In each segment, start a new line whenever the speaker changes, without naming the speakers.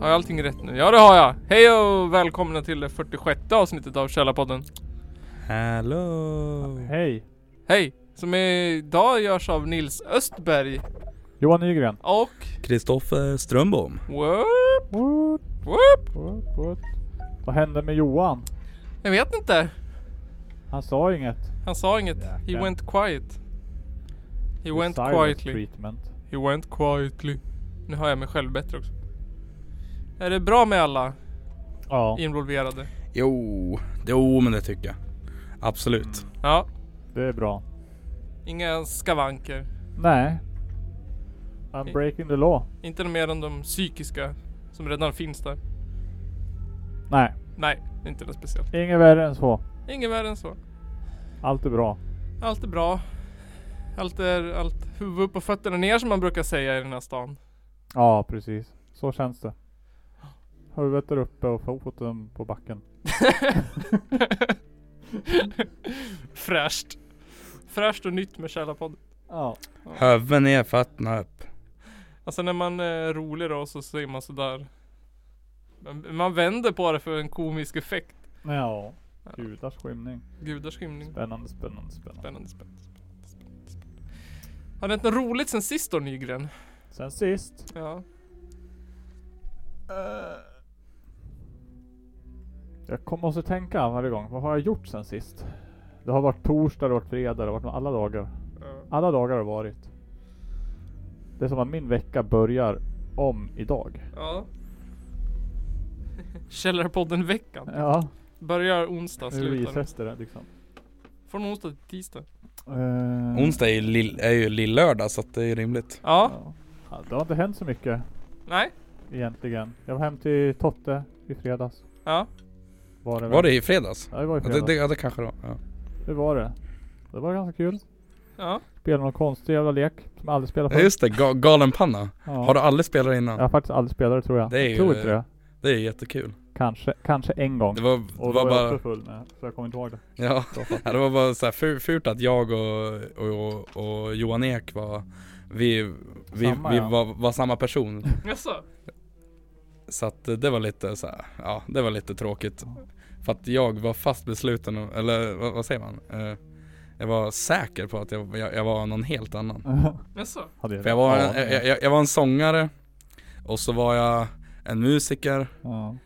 Har jag allting rätt nu? Ja det har jag! Hej och välkomna till det 46 avsnittet av Källarpodden.
Hello!
Hej!
Hej! Som idag görs av Nils Östberg
Johan Nygren.
och...
Kristoffer Strömbom.
Woop,
What,
woop.
what, what? Vad hände med Johan?
Jag vet inte.
Han sa inget.
Han sa inget. He
Jäklar.
went quiet. He went
Silent
quietly.
Treatment.
He went quietly. Nu hör jag mig själv bättre också. Är det bra med alla
Ja,
involverade?
Jo, jo men det tycker jag. Absolut.
Ja.
det är bra.
Inga skavanker.
Nej. I'm breaking the law.
Inte mer än de psykiska som redan finns där.
Nej,
Nej, inte något speciellt.
inget värre än så.
Inget värre än så.
Allt är bra.
Allt är bra. Allt är allt huvud upp och fötterna ner som man brukar säga i den här stan.
Ja, precis. Så känns det. Huvudet där uppe och foten på backen.
Fräscht. Fräscht och nytt med Källarpodden.
Ja.
Höven ner, fötterna upp.
Alltså när man är rolig då så säger man sådär. Men Man vänder på det för en komisk effekt.
Ja. Gudars skymning.
Gudars skymning.
Spännande, spännande, spännande.
Spännande, spännande, spännande, spännande, spännande. Har det hänt något roligt sen sist då Nygren?
Sen sist.
Ja.
Jag kommer måste tänka varje gång. Vad har jag gjort sen sist? Det har varit torsdag, det har varit fredag, det har varit alla dagar. Alla dagar har varit. Det är som att min vecka börjar om idag.
Ja. Källarpodden-veckan.
Ja,
Börjar onsdag,
nu
slutar
reses det liksom.
Från onsdag till tisdag.
Eh,
Onsdag är ju, lill, är ju lillördag så att det är rimligt.
Ja.
Ja. Ja, Det har inte hänt så mycket
Nej.
egentligen. Jag var hem till Totte i fredags.
Ja.
Var det väl?
Var det i fredags?
Ja, det var i
Ja, det,
fredags.
det,
Det,
ja, det kanske det var. Ja.
var det. Det var ganska kul.
Ja.
Spelade någon konstig jävla lek som jag aldrig spelat
ja just det, ga, galenpanna.
Ja.
Har du aldrig spelat
Jag
innan?
har faktiskt aldrig spelat det tror jag.
Det är
jag tror
ju-
inte det.
Det är jättekul.
Kanske, kanske en gång.
Det var,
Och
det var
då var jag
bara,
också full med, så jag kommer inte ihåg det.
ja.
Så fattar
Ja, det var bara så här fu- fult att jag och, och, och, och Johan Ek var, vi, vi,
Samma,
vi
ja.
var, var samma person.
Jaså?
Så att eh, det var lite så här, ja det var lite tråkigt. För att jag var fast besluten, och- eller vad, vad säger man? Eh, Jag var säker på att jag, jag, jag var någon helt annan.
jag.
Jaså?
Hade jag
För jag var,
Ja,
en, jag, jag, jag var en sångare, och så var jag en musiker,
ja.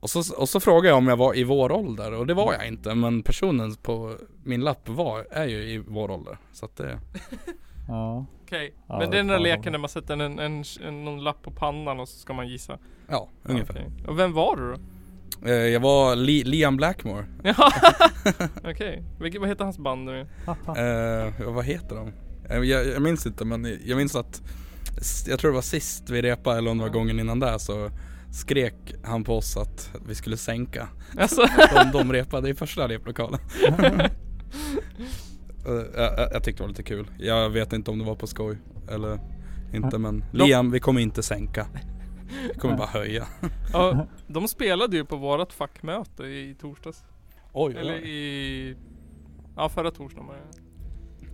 och så, och så frågade jag om jag var i vår ålder, och det var jag inte. Men personen på min lapp var, är ju i vår ålder. Så att det,
ja.
Okej.
Ja,
Men
det
det är den där
kan jag
leken där man sätter en, en, en, någon lapp på pannan och så ska man gissa.
ja ungefär.
Okej. Och vem var du då?
Eh, Jag var Li- Liam Blackmore,
Ja. Okej. Vilket- Vad heter hans band nu?
eh, vad heter de? Eh, Jag, jag minns inte men jag minns att s- Jag tror det var sist vi repade eller om det var gången innan där så Skrek han på oss att vi skulle sänka
Alltså,
De, de repade i första replokalen Eh, jag, jag- jag tyckte det var lite kul Jag vet inte om det var på skoj eller inte men Liam vi kommer inte sänka Vi kommer bara höja
ja, de spelade ju på vårat fackmöte i torsdags.
Oj, oj,
Eller
oj.
i... Ja, förra torsdagen var det.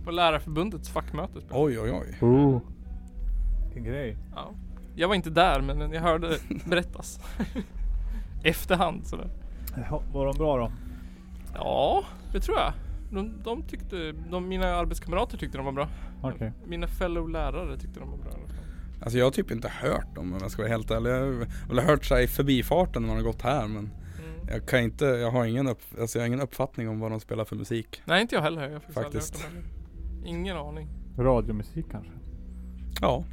På Lärarförbundets fackmöte. spelade
oj oj oj
Ooh. Vilken grej.
de. Ja. Jag var inte där, men jag hörde det berättas. Efterhand sådär.
Var de bra då?
Ja, det tror jag. De, de tyckte, de, mina arbetskamrater tyckte de var bra.
Okej.
Mina fellow lärare tyckte de var bra. i alla fall.
Alltså jag har typ inte hört dem om jag ska vara helt ärlig. Jag har väl hört sig i förbifarten när man har gått här men
Mm.
jag kan inte, jag har ingen, upp, alltså jag har ingen uppfattning om vad de spelar för musik.
Nej, inte jag heller. Jag har faktiskt,
Faktiskt.
aldrig hört dem heller. Ingen aning.
Radiomusik kanske?
Ja.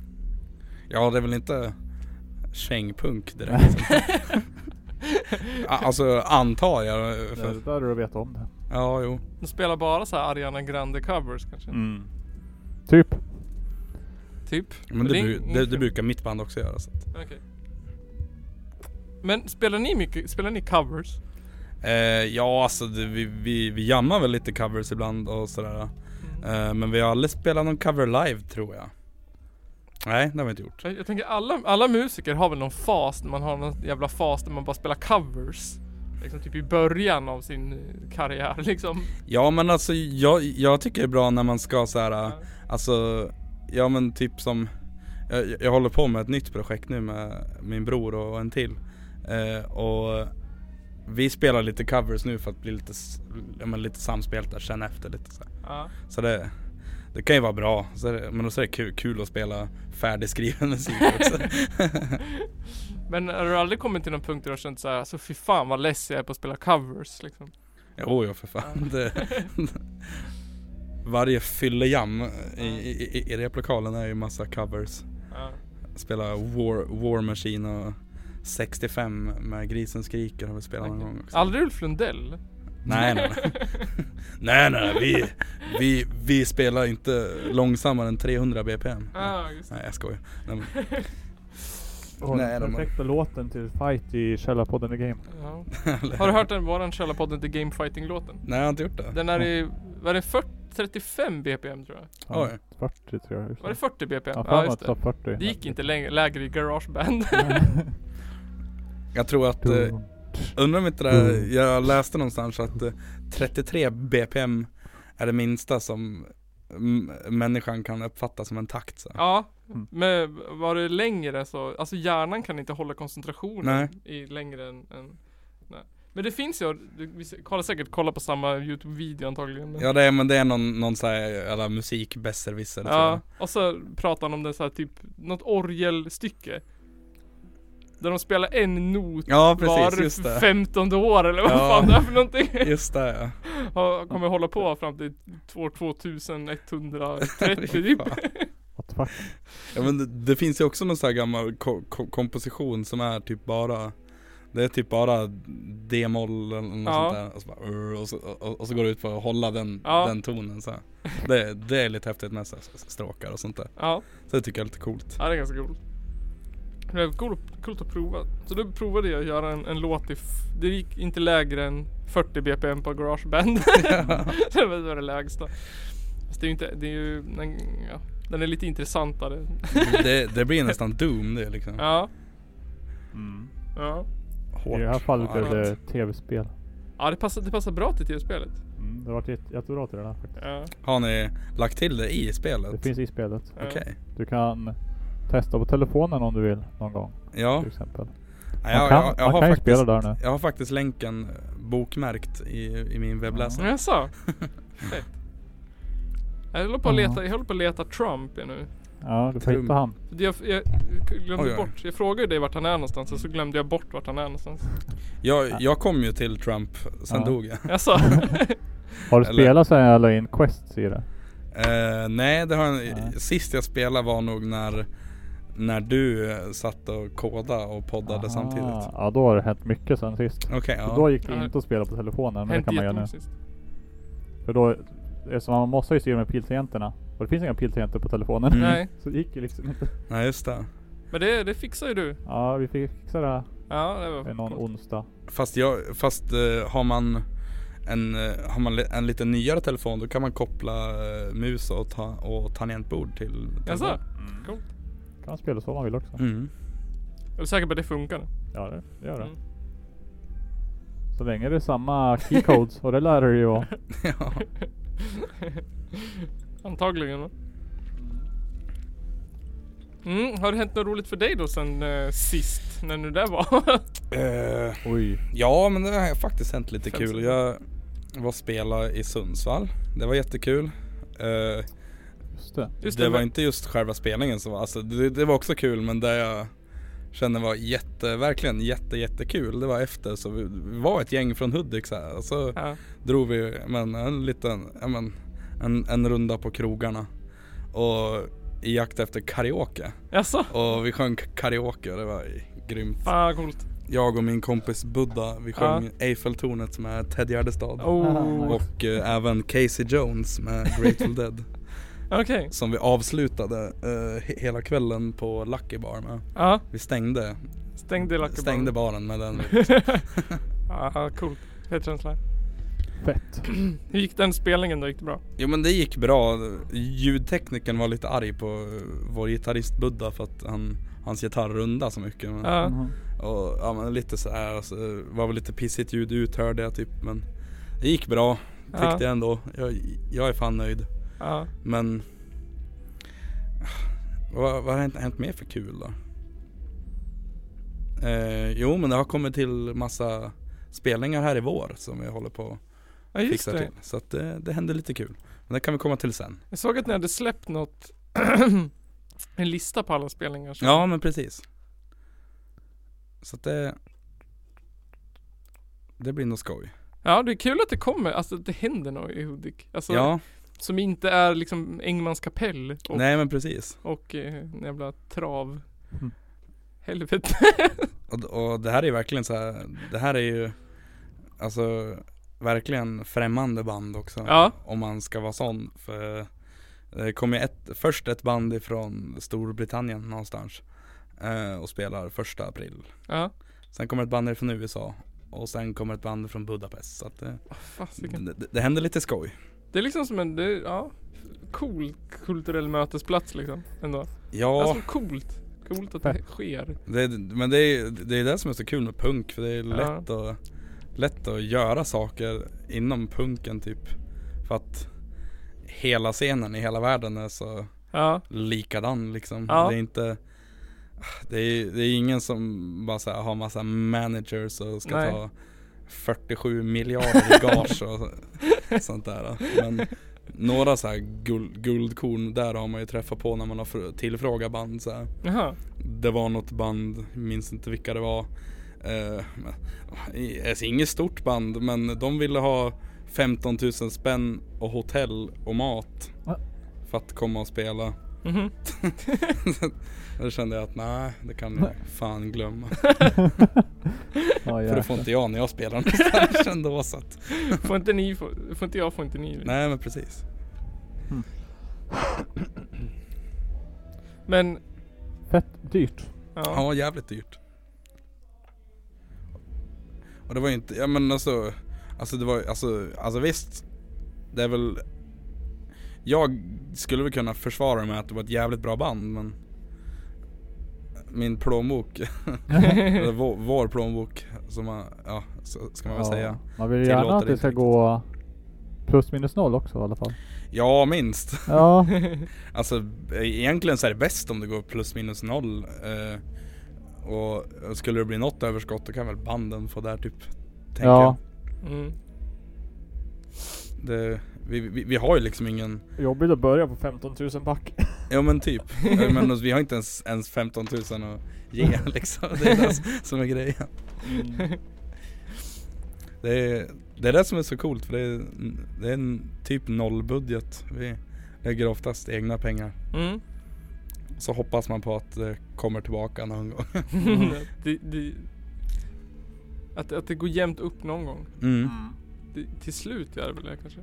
Ja det är väl inte kängpunk direkt. alltså antar jag.
För...
För,
Det där du vet om det.
ja jo.
De spelar bara så här Ariana Grande covers kanske.
Mm.
Typ.
Typ.
Men det,
är
bru-
ingen
det, det
film.
brukar mitt band också göra. Så. att-
Okej. Men spelar ni mycket, spelar ni covers?
Eh, ja alltså det, vi, vi, vi jammar väl lite covers ibland och sådär. Eh, men vi har aldrig spelat någon cover live tror jag. Nej det har vi inte gjort.
Jag, jag tänker alla, alla musiker har väl någon fas, när man har någon jävla fas där man bara spelar covers. Liksom typ i början av sin eh, karriär liksom.
Ja men alltså jag, jag tycker det är bra när man ska så här,
Ja.
alltså Ja men typ som jag, jag håller på med ett nytt projekt nu med min bror och en till eh, Och vi spelar lite covers nu för att bli lite, s- ja, men lite samspelta, känna efter lite så, här.
Ja.
så det, det kan ju vara bra, så är det, men då är det kul, kul att spela färdigskriven musik också
Men har du aldrig kommit till någon punkt där du har känt såhär, alltså fy fan vad less jag är på att spela covers liksom?
Jo, jo för fan. Det, varje fyllejam i, i, i- i replokalen är ju massa covers.
Ja.
Spela War, War Machine och 65 med Grisen Skriker har vi spelat någon gång också.
Aldrig Ulf Lundell?
Nej nej nej. nej nej, vi, vi, vi spelar inte långsammare än 300 BPM.
Ja, just det.
Nej jag skojar. Nej, men,
Och
Nej,
den
de-
perfekta låten till fight i Källarpodden The Game.
Ja. Har du hört den, våran källarpodden till Gamefighting-låten?
nej jag har inte gjort det.
Den är i, var det 40, 35 BPM tror jag?
Ja,
Oj.
40 tror jag. just
Var det 40 BPM? Ja,
Ja, för mig
just
att det var
det.
40.
Det gick inte längre, lägre i garageband.
Jag tror att,
Mm.
eh, undrar om inte det här, jag läste någonstans att eh, 33 BPM är det minsta som m- människan kan uppfatta som en takt så.
ja.
Mm.
Men var det längre så, alltså hjärnan kan inte hålla koncentrationen
Nej.
i längre än, än nej. Men det finns ju, du- vi s- kollar säkert kolla på samma Youtube-video antagligen. men-
Ja det är, men det är någon, någon så här, alla musik besserwisser tror
Ja,
jag.
och så pratar han om det så här typ, något orgelstycke. Där de spelar en not
ja precis, just
var
det.
femtonde år eller vad
Ja.
fan det är för någonting.
Just det ja.
Ja, kommer hålla på fram till år 2130
Fy
typ.
fan.
What the fuck?
ja men det, det finns ju också någon så här gammal ko- ko- komposition som är typ bara det är typ bara D-moll eller något
Ja.
sånt där och så, bara, "Urr", och, så, och, och så går det ut på att hålla den,
Ja.
den tonen så här. Det, det är lite häftigt med så här stråkar och sånt där.
Ja,
Så det tycker jag är lite coolt.
ja, det är ganska coolt. Men Det är coolt, coolt att prova. Så då provade jag att göra en, en låt i, f- det gick inte lägre än 40 BPM på garageband. det var det lägsta. Fast det är ju inte, det är ju, den, ja, den är lite intressantare.
Mm, Det, det blir nästan Doom det liksom.
Ja,
Mm.
ja.
I
Hårt.
det här fallet blev
Ja,
det tv-spel.
Ja det passar, det passar bra till tv-spelet.
Mm, det har varit jätte- jättebra till den här faktiskt.
Ja,
Har ni lagt till det i spelet?
Det finns i spelet.
ja.
Okej.
Du kan testa på telefonen om du vill någon gång
Ja.
till exempel. Man
Nej, jag,
kan,
jag, jag,
man
har
kan ju
faktiskt,
spela där nu.
jag har faktiskt länken eh, bokmärkt i, i min webbläsare.
Jaså? Fett. Jag håller på att
Ja.
leta, jag håller på att leta Trump jag nu.
Ja, du får
Trum.
hitta han.
För det Jag, jag glömde
Oj, oj.
bort, jag frågade ju dig vart han är någonstans och så glömde jag bort vart han är någonstans.
Jag, jag kom ju till Trump, sen
Ja.
dog jag.
Jaså?
Har du
Eller-
spelat sen jag la in quests i det?
Eh, nej, det har jag,
Nej.
sist jag spelade var nog när, när du eh, satt och kodade och poddade
Aha.
samtidigt.
Ah, Ja, då har det hänt mycket sen sist.
Okej,
Så då
ja.
gick det
Ja.
inte att spela på telefonen, men det
Hänt
kan man göra nu.
jättemycket sist.
För då, eftersom man måste ju styra med piltangenterna. Och det finns inga piltangenter på telefonen.
Mm.
Nej,
Så det gick ju liksom inte.
Nej, just det.
men det, det fixar ju du.
Ja, vi fick fixa det här
Ja, det var
någon
coolt.
onsdag.
Fast, jag, fast eh, har man en, eh, har man li- en lite nyare telefon då kan man koppla eh, mus och, ta, och tangentbord till
Jaså?
telefonen.
Mm. Coolt.
Kan man spela så om man vill också.
Mm.
Är du säker på att det funkar?
Ja, det det gör det.
Mm.
Så länge det är samma keycodes, och det lär det ju vara.
ja.
Antagligen va? Mm, har det hänt något roligt för dig då sen eh, sist? När nu det var?
Eh,
Oj.
ja, men det har faktiskt hänt lite
Fem
kul.
sekunder.
Jag var och spelade i Sundsvall. Det var jättekul. Eh,
Just det.
Just
det
det,
var
men-
inte just själva spelningen som var, alltså, det, det var också kul men det jag kände var jätte, verkligen jätte, jättekul. Det var efter så vi, vi var ett gäng från Hudik så här, och så
ja.
drog vi men, en liten, ja, men, en, en runda på krogarna. Och i jakt efter karaoke.
Jaså?
Och vi sjöng karaoke och det var grymt.
Fan vad coolt.
Jag och min kompis Buddha, vi sjöng Eiffeltornet med Ted Gärdestad.
Oh.
Och eh, även Casey Jones med Grateful Dead.
Okej.
Som vi avslutade eh, he- hela kvällen på Lucky Bar med.
Ja.
Vi stängde,
Stängde lacken bara.
stängde baren med den.
Ja, coolt. Fet känsla.
Fett.
Hur gick den spelningen då? Gick det bra?
Jo men det gick bra. Ljudteknikern var lite arg på eh, vår gitarrist Buddha för att han, han hans gitarr runda så mycket. Men,
Ja.
Mhm.
och, ja, men lite så här, alltså, det var väl lite pissigt ljud ut hörde jag typ men det gick bra. mm, Fick
Ja.
det ändå. Jag, jag är fan nöjd.
Ja.
Men vad, vad har hänt, hänt mer för kul då? Eh, jo men det har kommit till massa spelningar här i vår som vi håller på
ja,
att
just
fixa
det.
till. Så att det, det händer lite kul. Men det kan vi komma till sen.
Jag såg att ni hade släppt något En lista på alla spelningar som-
Ja men precis. Så att det Det blir nog skoj.
ja det är kul att det kommer, alltså att det händer något i Hudik Alltså
ja,
som inte är liksom Engmans kapell och,
nej men precis.
och eh, en jävla trav
Mm.
Helvete
Och, och det här är ju verkligen så här, det här är ju Alltså verkligen främmande band också.
Ja.
Om man ska vara sån. För det kom ju ett, först ett band ifrån Storbritannien någonstans eh, och spelar första april.
Ja,
Sen kommer ett band från USA och sen kommer ett band från Budapest. Så att det,
fasiken
det, det händer lite skoj.
Det är liksom som en, det, är- ja Cool kulturell mötesplats liksom ändå
Ja.
Alltså coolt Coolt att det sker
Det, men det är det är det som är så kul med punk för det är lätt, att, lätt att göra saker inom punken typ. För att hela scenen i hela världen är så
Ja,
likadan liksom.
Ja.
Det är inte det är, det är ingen som bara så här, har massa managers och ska
Nej.
ta 47 miljarder i gage och sånt där. Men några så här guld, guldkorn där har man ju träffat på när man har fr- tillfrågat band så här.
jaha
Det var något band, jag minns inte vilka det var. Eh, men- i- alltså inget stort band men de ville ha 15 000 spänn och hotell och mat.
Va?
För att komma och spela.
Mhm.
Då kände jag att nej, det kan ni fan glömma.
Ja,
För det får inte jag när jag spelar någonstans ändå så att.
Får inte ni, få, får inte jag, får inte ni
Nej men precis.
Men,
Fett dyrt.
ja,
Ja, jävligt dyrt. Och det var ju inte, ja men alltså, alltså det var alltså, alltså visst. Det är väl, jag skulle väl kunna försvara mig att det var ett jävligt bra band men min plånbok, eller vår, vår plånbok som man, ja, så ska man väl
Ja.
säga.
Man vill
Tillåter
gärna att
det
det ska
inte
gå plus minus noll också i alla fall.
Ja, minst.
Ja.
Alltså egentligen så är det bäst om det går plus minus noll. Eh, och skulle det bli något överskott då kan väl banden få där typ. Tänker
Ja.
jag.
Mm.
Det, vi, vi, vi har ju liksom ingen,
Jobbigt att börja på 15 000 back.
ja men typ. Eh, men vi har inte ens, ens 15 000 att ge liksom. Det är det som är grejen.
Mm.
Det är, det är det som är så coolt för det är, det är en typ nollbudget. Vi lägger oftast egna pengar.
Mm.
Så hoppas man på att det kommer tillbaka någon gång.
det, det, att, att det går jämnt upp någon gång.
Mm.
Det, till slut gör det väl det kanske.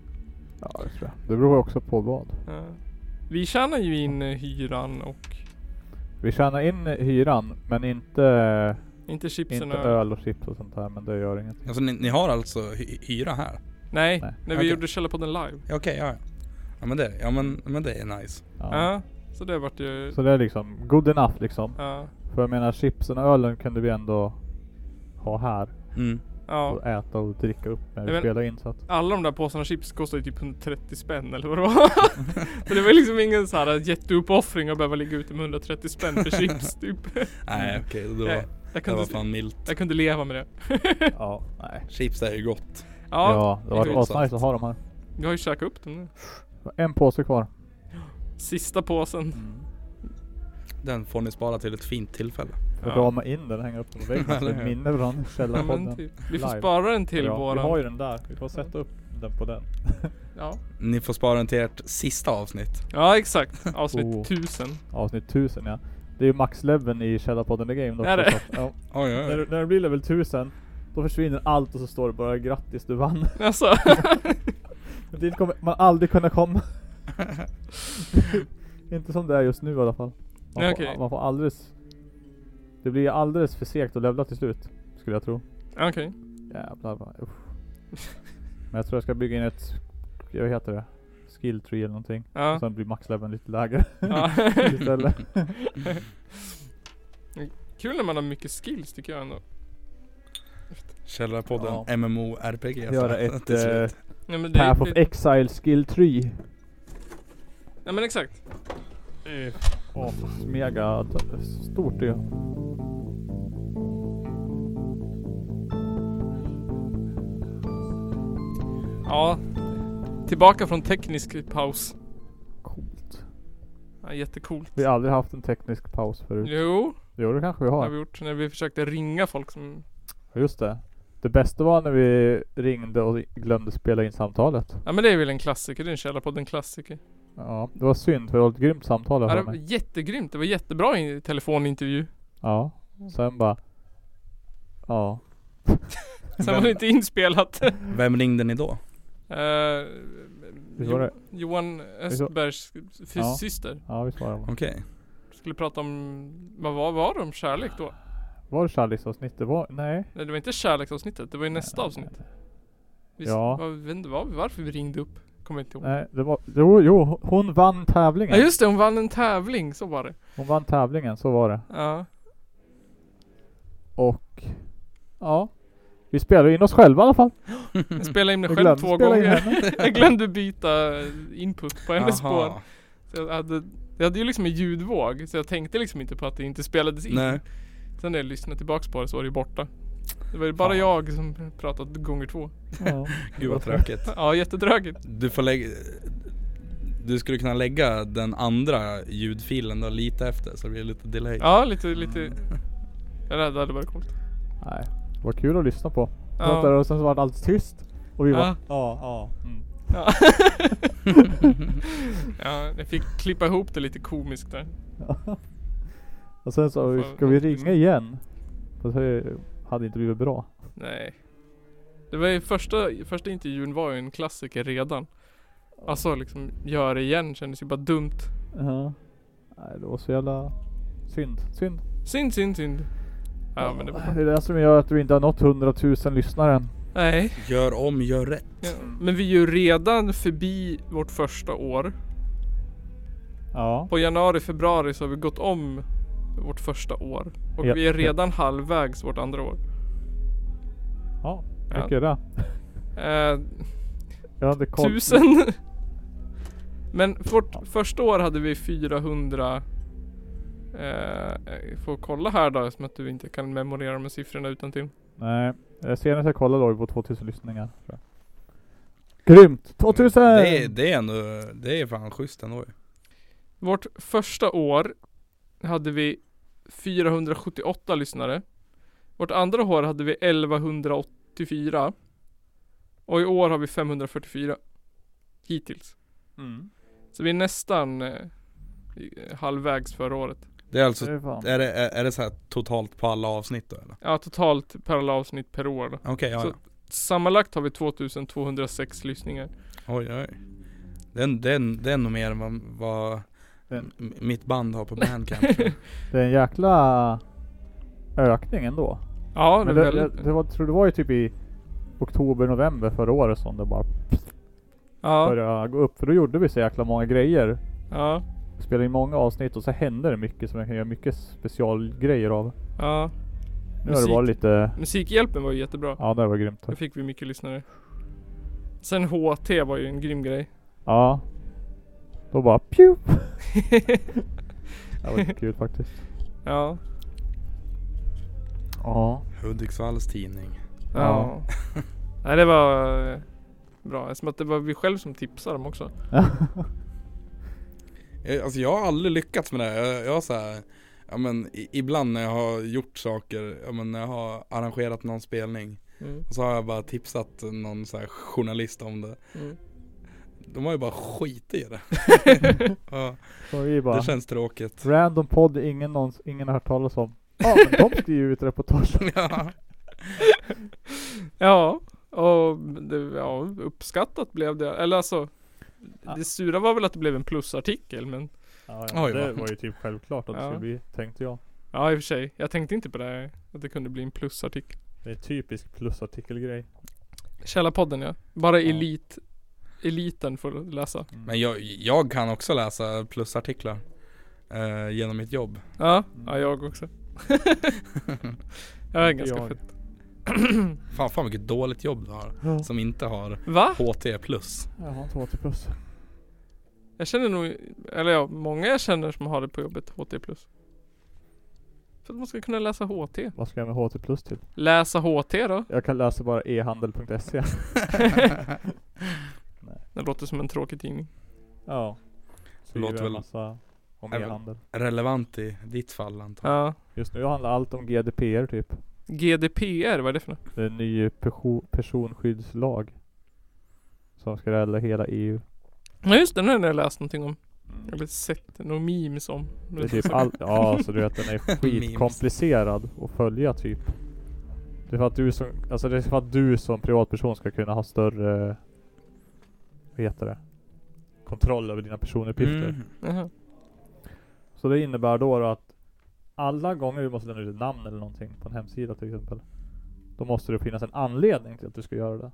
Ja, det tror jag. Det beror ju också på vad.
Ja. Vi tjänar ju in eh, hyran och
Vi tjänar in hyran, men inte,
inte chipsen
inte
och-
öl och chips och sånt där. Men det gör ingenting.
Alltså ni, ni har alltså hy- hyra här?
Nej,
Nej.
när vi
Okej.
gjorde Källarpodden live.
Ja, Okej, ja, ja. Ja men det, ja men, men det är nice.
Ja.
Ja. Så det vart ju...
Så det är liksom good enough liksom.
Ja.
För jag menar chipsen och ölen kunde vi ändå ha här
Mm.
Ja.
och äta och dricka upp när
Jag
vi
men-
spelar in så att...
Alla de där påsarna chips kostade ju typ 130 spänn eller vad det var. så det var liksom ingen så här jätteuppoffring att behöva ligga ute med 130 spänn för chips typ.
Nej okej, det,
Nej, Eh,
var,
Jag
det var
kunde,
fan milt.
jag kunde leva med det.
Ja, nej.
Chips är ju gott.
Ja,
Ja,
det var
det är
asnice att ha dem här.
vi har ju käkat upp dem nu.
En påse kvar.
Sista påsen.
Den får ni spara till ett fint tillfälle.
Och Rama in den och hänga upp den på väggen. Så
Eller
ett
hur?
minne från
Ja, men
källarpodden.
typ. Vi får
Live.
spara den till
ja, Vi
våran...
har ju den där. Vi får sätta upp den på den.
Ja.
Ni får spara den till ert sista avsnitt.
ja exakt. Avsnitt
Oh.
1000.
Avsnitt 1000 ja. Det är ju maxleveln i källarpodden The Game då.
Är det?
förstås. Ja.
Oj, oj,
När,
oj.
du- när det blir level 1000 då försvinner allt och så står det bara grattis du vann.
Alltså.
Men Dit kommer man aldrig kunna komma. Inte som det är just nu i alla fall. Man,
Nej,
får,
okej.
man får alldeles... Det blir alldeles för segt att levla till slut. Skulle jag tro.
Okej.
Jävlar vad, usch. Men jag tror jag ska bygga in ett... Vad heter det? Skill tree eller någonting.
Ja.
Sen blir maxleveln lite lägre
ja.
istället.
Kul när man har mycket skills tycker jag ändå.
Källarpodden
Ja.
MMORPG.
Göra ett
till
eh,
slut.
Ja, men det,
Path of
det,
Exile skill tree.
ja men exakt.
Mega stort ju.
Ja. Tillbaka från teknisk paus.
Coolt.
Ja, jättecoolt.
Vi har aldrig haft en teknisk paus förut.
Jo,
Jo det kanske vi
det har vi
har.
gjort. När vi försökte ringa folk som...
Just det. Det bästa var när vi ringde och glömde spela in samtalet.
Ja men det är väl en klassiker. Det är en källarpodden klassiker.
Ja, det var synd för det var ett grymt samtal jag
Ja, det
har
var
med.
jättegrymt. Det var jättebra i telefonintervju.
Ja. Sen bara... Ja.
Sen var det inte inspelat.
Vem ringde ni då?
Eh,
Visst var det?
Johan Östbergs fys-
Ja.
syster.
Ja vi svarade på.
Okej.
Skulle prata om, vad var, var det om kärlek då?
Var det kärleksavsnitt? Det var... Nej.
Nej det var inte kärleksavsnittet, det var ju nästa avsnitt. Visst,
Ja.
vad, vet inte var, varför vi ringde upp. Kommer inte ihåg.
Nej, det var... Jo, jo hon vann
Ja
tävlingen.
just det, hon vann en tävling, så var det.
Hon vann tävlingen, så var det.
Ja.
Och... Ja. Vi spelade in oss själva i alla fall.
Jag spelade in mig
Jag
själv
glömde
två
spela in
gånger.
henne.
jag glömde byta input på hennes
Aha.
spår. Så jag, hade, jag hade ju liksom en ljudvåg, så jag tänkte liksom inte på att det inte spelades in.
Nej.
Sen när jag lyssnade tillbaks på det så var det ju borta. Det var ju bara
Fan.
jag som pratat gånger två.
Ja.
Gud vad tråkigt.
Ja jättetråkigt.
Du får lägga... Du skulle kunna lägga den andra ljudfilen då lite efter så det blir lite delay.
Ja lite, lite. Ja det hade- det hade varit coolt.
Nej. Det var kul att lyssna på. Pratade
Ja.
och sen så var det alldeles tyst. Och vi
Ja.
var Ja, ja. Mm.
Ja. ja, jag fick klippa ihop det lite komiskt där.
Och sen så,
Fan,
ska vi
vad
ringa
trist.
igen? Fast det hade inte blivit bra.
Nej. Det var ju första, första intervjun var ju en klassiker redan. Alltså liksom, gör det igen kändes ju bara dumt.
Ja. Nej, det var så jävla synd. Synd.
Synd, synd, synd. Ja men det var
det är det som gör att vi inte har nått 100 000 lyssnare än.
Nej.
Gör om, gör rätt.
Ja. Men vi är ju redan förbi vårt första år.
Ja.
På januari, februari så har vi gått om vårt första år. Och
Ja.
vi är redan halvvägs vårt andra år.
Ja.
Ja.
Mycket det.
Eh,
Jag hade koll.
tusen. Men vårt första år hade vi 400 eh, jag Får kolla här då eftersom att du inte kan memorera de här siffrorna utantill.
Nej. eh, Senast jag kollade låg vi på 2000 lyssningar. tror jag. Grymt! 2000!
Det, är- det är ändå, det är fan schysst ändå ju.
Vårt första år hade vi 478 lyssnare. Vårt andra år hade vi 1184. Och i år har vi 544. Hittills.
Mm.
Så vi är nästan eh, i- halvvägs förra året.
Det är
Det
alltså,
är fan.
är det, är, är det så här totalt på alla avsnitt då eller?
Ja totalt per alla avsnitt per år då.
Okej, ja,
Så-
ja.
Sammanlagt har vi 2206 lyssningar.
Oj, oj. Det är, det, är, det är nog mer än vad, vad
Den.
m- mitt band har på bandcamp. tror jag.
Det är en jäkla ökning ändå.
Ja, det
Men
är
det, det,
väldigt...
det var, tror det var ju typ i oktober, november förra året som det bara
ja,
började gå upp. För då gjorde vi så jäkla många grejer.
ja,
Spelade in många avsnitt och så hände det mycket som jag kan göra mycket specialgrejer av.
ja.
Nu har det varit lite...
Musikhjälpen var ju jättebra.
Ja det var grymt.
Då fick vi mycket lyssnare. Sen HT var ju en grym grej.
Ja. Då bara pju! det var lite kul faktiskt.
Ja.
Ja.
Hudiksvalls tidning.
Ja. Nej det var eh, bra. Eftersom att det var vi själv som tipsade dem också.
Eh, Alltså jag har aldrig lyckats med det här. Jag, jag har så här, ja men i, ibland när jag har gjort saker, ja men när jag har arrangerat någon spelning.
Mm.
Och så har jag bara tipsat någon så här journalist om det.
Mm.
De har ju bara skit i det. ja,
Så vi bara...
det känns tråkigt.
Random podd ingen, någons, ingen har hört talas om. Ja men de skriver ju ut reportage.
ja.
Ja. Och det, ja, uppskattat blev det. Eller alltså. Det sura var väl att det blev en plusartikel men.
Ja,
ja. Oj, Det va.
var ju typ självklart
att det Ja. skulle
bli, tänkte jag.
Ja i och för sig. Jag tänkte inte på det. här, Att det kunde bli en plusartikel.
Det är typisk plusartikelgrej.
Källarpodden ja. Bara
Ja.
elit, eliten får läsa.
Mm.
Men jag, jag kan också läsa plusartiklar. Eh, genom mitt jobb.
Mm.
Ja, ja jag också. Jag är ganska
Jag.
fett.
Fan, fan vilket dåligt jobb du har.
Ja.
Som inte har
Va?
HT plus.
Jag har inte HT plus.
Jag känner nog, eller ja, många jag känner som har det på jobbet, HT+. För att man ska kunna läsa HT.
Vad ska jag med HT plus till?
Läsa HT då?
Jag kan läsa bara e-handel.se.
Det låter som en tråkig tidning.
Ja. Skriver
Låter
en
väl-
massa om
Även-
e-handel.
Relevant i ditt fall antar
Ja.
Just nu handlar allt om GDPR typ.
GDPR, vad är det för något?
Det är en ny perso- personskyddslag. Som ska gälla hela E EU.
Ja just det, nu har jag läst någonting om.
Mm.
Eller sett några memes om.
Det är typ all, ja, så du vet den är skitkomplicerad att följa typ. Det är för att du som, alltså det är för att du som privatperson ska kunna ha större, eh, vad heter det? Kontroll över dina personuppgifter.
Mm.
Jaha.
Så det innebär då, då att alla gånger du måste lämna ut ett namn eller någonting på en hemsida till exempel. Då måste det finnas en anledning till att du ska göra det.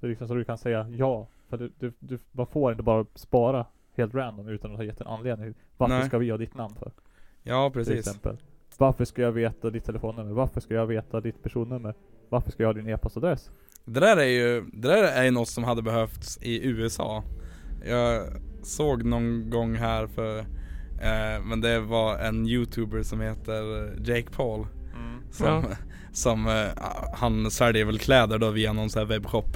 det är liksom så du kan säga ja. För du, du, du man får inte bara spara helt random utan att ha gett en anledning. Varför
Nej.
ska vi ha ditt namn för?
Ja
Till
precis.
exempel. Varför ska jag veta ditt telefonnummer? Varför ska jag veta ditt personnummer? Varför ska jag ha din e-postadress?
Det där är ju, det där är ju något som hade behövts i USA. Jag såg någon gång här för, eh, men det var en youtuber som heter Jake Paul. Som,
Ja.
som eh, han säljer väl kläder då via någon sån här webbshop.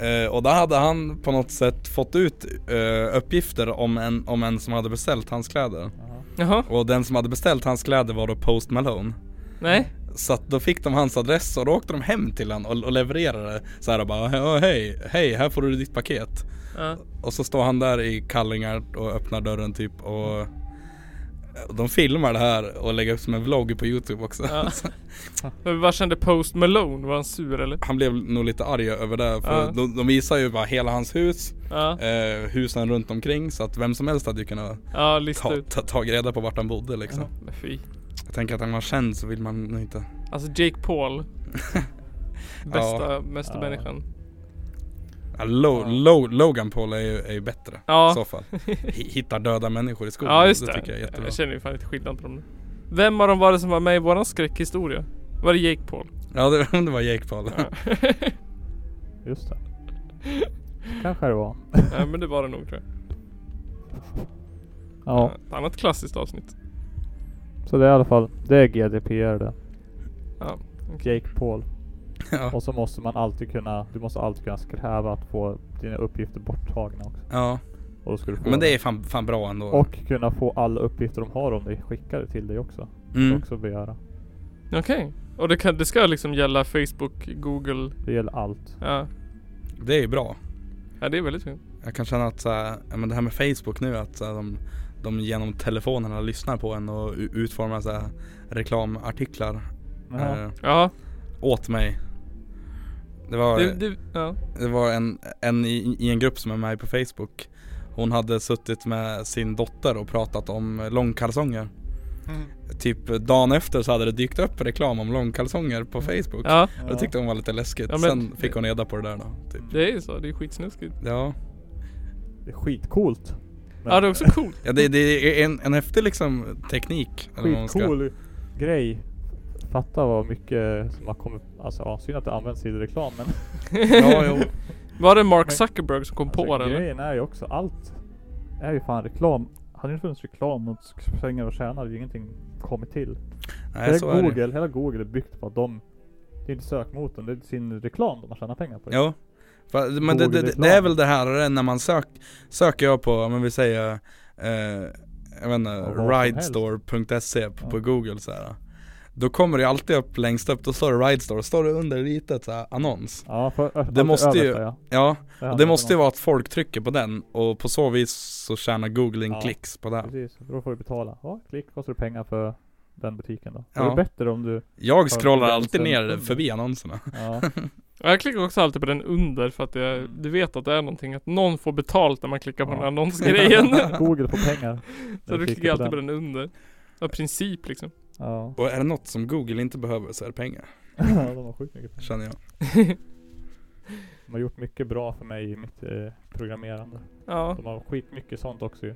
Mm.
Eh, och där hade han på något sätt fått ut eh, uppgifter om en, om en som hade beställt hans kläder.
Jaha.
Jaha,
Och den som hade beställt hans kläder var då Post Malone.
nej.
Så att då fick de hans adress och då åkte de hem till honom och, och levererade det. Så här och bara "Ja, hej, hej här får du ditt paket.
Ja.
Och så står han där i kallingar och öppnar dörren typ och och de filmar det här och lägger upp som en vlogg på youtube också.
Ja. Men vad kände Post Malone? Var han sur eller?
Han blev nog lite arg över det för
Ja.
de, de visar ju bara hela hans hus,
Ja,
eh, husen runt omkring så att vem som helst hade ju kunnat
ja lista
ta,
ut.
ta, ta reda på vart han bodde liksom.
Ja, men fy.
Jag tänker att han var känd så vill man nog inte.
Alltså Jake Paul. Bästa, bästa
Ja.
människan.
Ja, Lo,
Ja.
Lo, Logan Paul är ju, är ju bättre. i så
Ja.
fall. Hi- Hittar döda människor i skogen.
Ja just det.
det. tycker jag är jättebra.
jag känner ju fan inte skillnad på dem nu. Vem av dem var det som var med i våran skräckhistoria? Var det Jake Paul?
Ja det, det var Jake Paul.
Ja.
Just det. Kanske det var.
Nej men det var det nog tror jag.
Ja,
Ett annat klassiskt avsnitt.
så det är i alla fall. Det är GDPR det.
Ja. okej.
Jake Paul.
Ja.
Och så måste man alltid kunna, du måste alltid kunna kräva att få dina uppgifter borttagna också.
ja.
Och då ska du få
Men det är fan, fan bra ändå.
Och kunna få alla uppgifter de har om dig skickade till dig också. Mm.
mm.
också begära.
Okej. Och det, kan, det ska liksom gälla Facebook, Google.
Det gäller allt.
Ja.
Det är ju bra.
Ja det är väldigt fint.
Jag kan känna att så här, ja, men det här med Facebook nu att så här, de, de genom telefonerna lyssnar på en och u- utformar så här, reklamartiklar
Jaha.
eh,
Ja.
åt mig. Det var,
Det,
det,
det, ja.
var en, en i, i en grupp som är med på Facebook. Hon hade suttit med sin dotter och pratat om eh, långkalsonger. Typ dagen efter så hade det dykt upp reklam om långkalsonger på Facebook.
ja.
Och Det tyckte hon var lite läskigt.
Ja, men-
Sen fick hon reda på det där då. Typ.
Det är ju så. Det är skitsnuskigt.
Ja,
Det är skitcoolt. Men
Ja det är också coolt.
ja det, det är en, en häftig liksom teknik. eller vad man ska-
skitcool grej. Fatta vad mycket som har kommit, alltså ja, synd att det används i reklamen.
Ja, jo.
Var det Mark Zuckerberg som kom på
alltså,
den? eller?
grejen är ju också, allt är ju fan reklam. Hade det inte funnits reklam och sk- pengar och tjäna hade ju ingenting kommit till.
Nej, så
hela,
är det.
Google, hela Google är byggt på att de, det är inte sökmotorn, det är sin reklam de har tjänat pengar på.
Ja. Fa- Men det, det, det är väl det här när man sök, söker jag på, men vi säger eh, jag vet inte,
vad som helst.
ridestore.se på, på
Ja.
Google så här. Då kommer det ju alltid upp längst upp, då står det Ridestore, står det under litet så här, annons.
Ja, för, allt
måste ju-
översta, ja.
Ja,
handlar
och det
om
måste ju
något.
vara att folk trycker på den och på så vis så tjänar Google in
Ja.
klicks på det.
Precis, för då får du betala. Ja, klick kostar det pengar för den butiken då.
Ja.
Det är bättre om du...
Jag
För
scrollar
den
alltid
sen-
ner förbi annonserna.
Ja,
Ja, Jag klickar också alltid på den under för att jag, du vet att det är någonting. Att någon får betalt när man klickar på
Mm. Ja.
den här annonsgrejen.
Google får pengar.
så du klickar alltid på den under. Av princip liksom.
Ja,
Och är det något som Google inte behöver så är det pengar,
Ja, de har sjukt mycket pengar.
känner jag.
De har gjort mycket bra för mig i mitt eh, programmerande.
Ja.
De har skitmycket sånt också ju.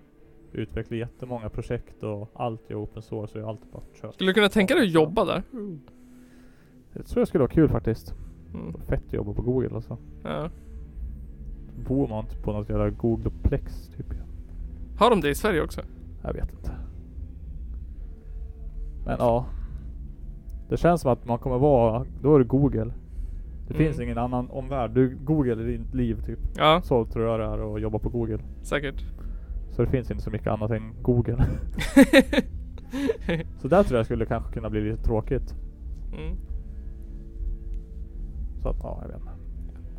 utvecklar jättemånga projekt och allt är open source och är allt bara kört.
Skulle du kunna tänka dig att jobba där?
Jag tror jag skulle vara kul faktiskt.
Mm.
Fett jobba på Google alltså.
Ja.
Bor man inte på något jävla Googleplex typ.
Har de det i Sverige också?
Jag vet inte. Men ja. Det känns som att man kommer vara, då är det Google. Det
Mm.
finns ingen annan omvärld. Du, Google är ditt liv typ.
Ja,
Så tror jag det är att jobba på Google.
säkert.
Så det finns inte så mycket annat än Google. så där tror jag skulle kanske kunna bli lite tråkigt.
Mm.
Så att ja, jag vet inte.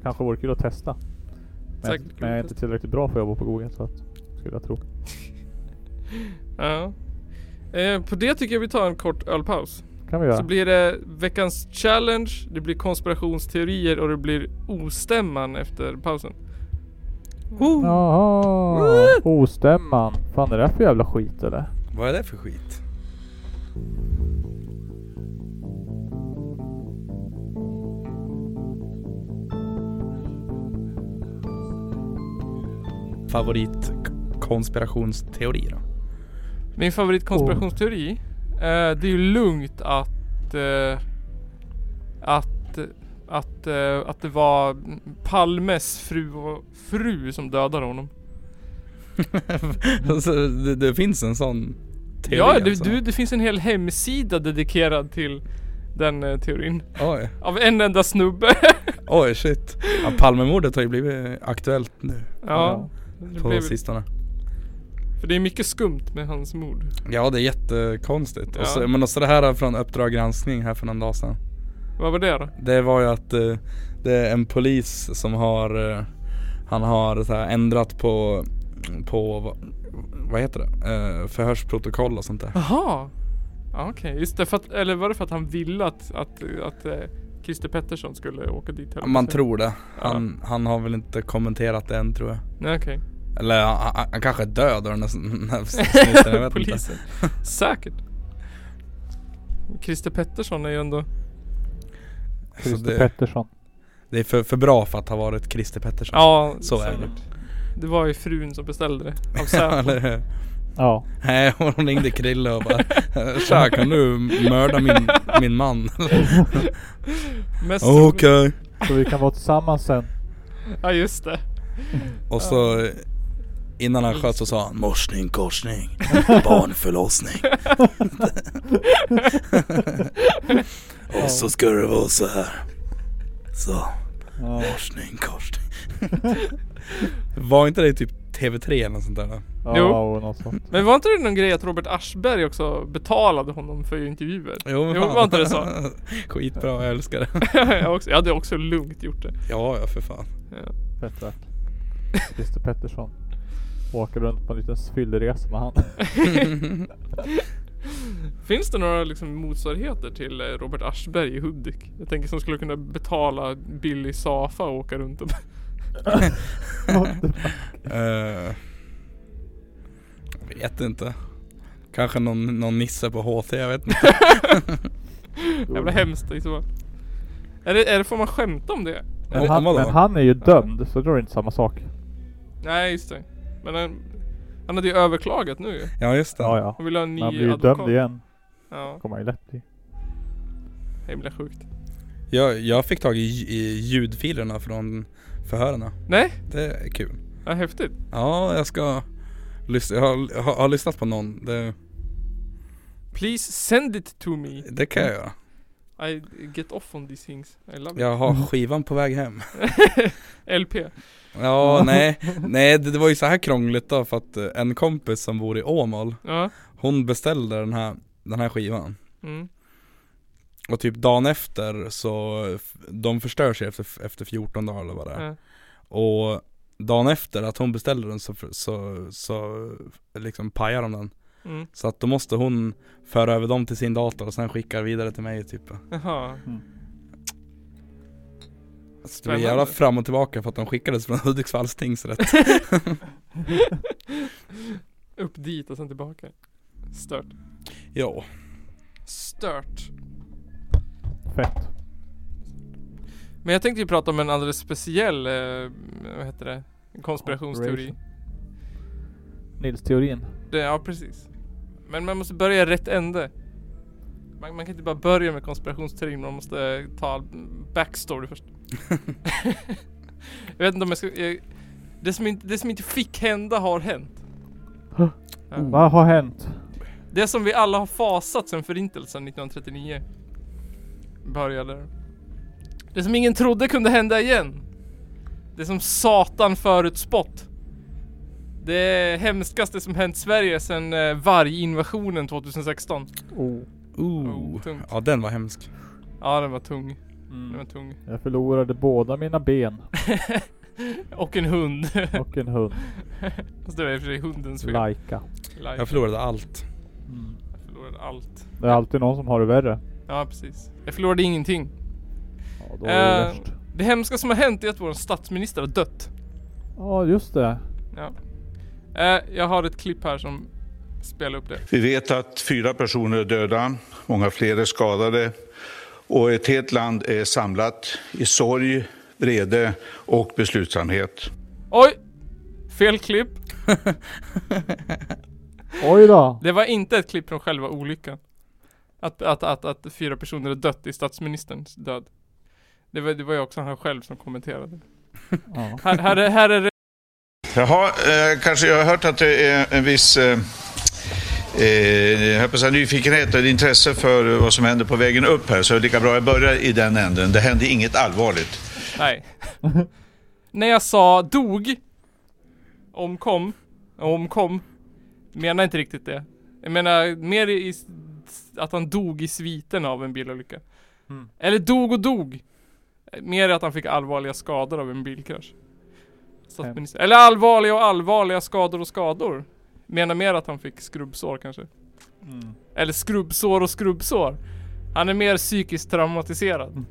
Kanske vore kul att testa. Men, jag,
Säkert kul
men jag är
att
inte tillräckligt bra för att jobba på Google så att skulle jag tro.
Ja. Eh, på det tycker jag vi tar en kort ölpaus.
Kan vi göra.
Så blir det veckans challenge, det blir konspirationsteorier och det blir ostämman efter pausen.
Jaha! Ostämman. Fan är det här för jävla skit eller?
Vad är det för skit? Favorit k- konspirationsteori då?
Min favoritkonspirationsteori, eh, det är ju lugnt att... Eh, att... Att, eh, att det var Palmes fru, och, fru som dödade honom.
alltså, det, det finns en sån teori
ja, det,
alltså.
du, det finns en hel hemsida dedikerad till den eh, teorin.
Oj,
Av en enda snubbe.
oj shit. Ja, Palmemordet har ju blivit aktuellt nu
ja. Det
på
blev,
sistone.
för det är mycket skumt med hans mord.
Ja det är jättekonstigt. Och så,
Ja.
men också det här från Uppdrag granskning här för någon dag sedan.
Vad var det då?
Det var ju att eh, det är en polis som har eh, Han har så här ändrat på På vad, vad heter det? Eh, förhörsprotokoll och sånt där.
Jaha! Ja, Okej, just det. För att, eller var det för att han ville att, att, att eh, Christer Pettersson skulle åka dit? höll jag
Man
på att säga.
tror det. Han, han har väl inte kommenterat det än tror jag.
Nej okej.
Eller han, han- han kanske är död av den här sn- den här snuten, jag vet inte.
Polisen. Säkert. Christer Pettersson är ju ändå...
Så
Christer
det,
Pettersson.
det är för, för bra för att ha varit Christer Pettersson.
Ja,
så är det.
säkert. Det var ju frun som beställde det. Av Säpo.
Eller hur?
Ja.
Nej, hon ringde Krille och bara Tja, kan du mörda min, min man?
Mest
Okej.
troligt-
Så vi kan vara tillsammans sen.
Ja just det.
Och så eh, innan han sköt så sa han morsning, korsning, barnförlossning. Och så ska det vara så här. Så,
Ja.
morsning, korsning. Var inte det typ TV3 eller något sånt där? Då?
Jo.
Ja, och något sånt.
Men var inte det någon grej att Robert Aschberg också betalade honom för intervjuer? Jo,
fan.
var inte det så?
Skitbra, jag älskar det.
Mm.
jag, har också, jag hade också lugnt gjort det.
Ja, ja för fan.
Ja.
Fett värt. Christer Pettersson. Åker runt på en liten fylleresa med han.
Finns det några liksom motsvarigheter till eh, Robert Aschberg i Hudik? Jag tänker som skulle kunna betala Billy Safa och åka runt och...
Eh, jag vet inte. Kanske någon, någon nisse på HT, jag vet inte.
Jävla
Mm.
hemskt i så fall. Är det, är det, får man skämta om det?
Men
Om- om
han,
vadå?
men han är ju dömd så då är det inte samma sak.
Nej just det. Men han, han hade ju överklagat nu ju.
Ja just det.
Ja ja.
Han ville ha en ny
Men han blir ju
advokat.
dömd igen.
Ja,
Kommer han ju lätt bli.
himla sjukt.
Jag, jag fick tag i, lj- i ljudfilerna från förhörerna.
Nej,
Det är kul.
ja, häftigt.
Ja, jag ska lyssna. Jag har, jag har, har lyssnat på någon. Det,
Please send it to me.
det kan jag göra.
I get off on these things. I love
Jag har skivan på väg hem.
it. LP.
Ja, nej. Nej, det, det var ju så här krångligt då för att eh, en kompis som bor i Åmål,
Ja.
hon beställde den här, den här skivan.
Mm.
Och typ dagen efter så, f- de förstörs ju efter, efter 14 dagar eller vad det är.
Ja.
Och dagen efter att hon beställde den så, f- så, så liksom pajar de den.
Mm.
Så att då måste hon föra över dem till sin dator och sen skicka vidare till mig typ.
Jaha.
Så det blir jävla
Spännande.
fram och tillbaka för att de skickades från Hudiksvalls tingsrätt.
Upp dit och sen tillbaka. Stört.
ja.
Stört.
Fett.
Men jag tänkte ju prata om en alldeles speciell, eh, vad heter det? Konspirationsteori.
Nils Theorin.
det, ja precis. Men man måste börja i rätt ände. Man, man kan inte bara börja med konspirationsteorin, man måste ta all backstory först. jag vet inte om jag ska... Jag, det, som inte, det som inte fick hända har hänt.
Huh.
Ja.
Oh.
Vad har hänt?
Det som vi alla har fasat sedan förintelsen 1939 började. Det som ingen trodde kunde hända igen. Det som Satan förutspått. Det hemskaste som hänt Sverige sedan eh, varginvasionen 2016.
Oh.
Ooh.
tungt.
Ja den var hemsk.
Ja, den var tung. Den var
Mm.
tung.
Jag förlorade båda mina ben
Och en hund.
och en hund.
Fast det var i och för sig hundens fel.
Laika.
Life.
Jag förlorade allt.
Mm.
Jag förlorade allt.
Det är alltid någon som har det värre.
Ja, precis. Jag förlorade ingenting.
Ja, då är det
Eh.
värst.
Det hemska som har hänt är att vår statsminister har dött.
Ja, just det.
Eh, jag har ett klipp här som spelar upp det.
Vi vet att fyra personer är döda, många fler är skadade och ett helt land är samlat i sorg, vrede och beslutsamhet.
Oj! Fel klipp.
Oj då.
Det var inte ett klipp från själva olyckan. Att, att, att, att fyra personer har dött i statsministerns död. Det var, det var ju också han själv som kommenterade.
Ja.
Här, här, är, här är det.
Jaha, eh, kanske jag har hört att det är en viss eh, eh, jag höll på att säga nyfikenhet och ett intresse för vad som händer på vägen upp här, så det är lika bra jag börjar i den änden. Det hände inget allvarligt.
Nej. När jag sa dog. Omkom. Omkom. Menar inte riktigt det. Jag menar mer i, s- att han dog i sviten av en bilolycka.
Mm.
Eller dog och dog. Mer att han fick allvarliga skador av en bilkrasch. Statsminister. Eller allvarliga och allvarliga skador och skador. Menar mer att han fick skrubbsår kanske.
Mm.
Eller skrubbsår och skrubbsår. Han är mer psykiskt traumatiserad.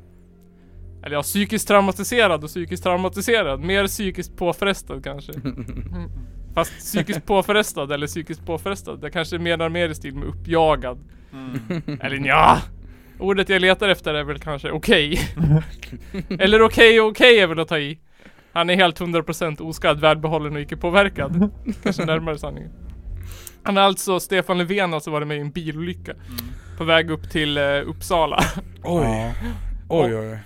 Eller ja, psykiskt traumatiserad och psykiskt traumatiserad. Mer psykiskt påfrestad kanske. Fast psykiskt påfrestad eller psykiskt påfrestad. Jag kanske menar mer i stil med uppjagad. Eller ja. Ordet jag letar efter är väl kanske okej. eller okej och okej är väl att ta i. Han är helt 100% oskadd, välbehållen och icke-påverkad. Kanske närmare sanningen. Han har alltså, Stefan Löfven har alltså varit med i en bilolycka. På väg upp till eh, Uppsala.
Oj.
Ja.
Oj oj oj.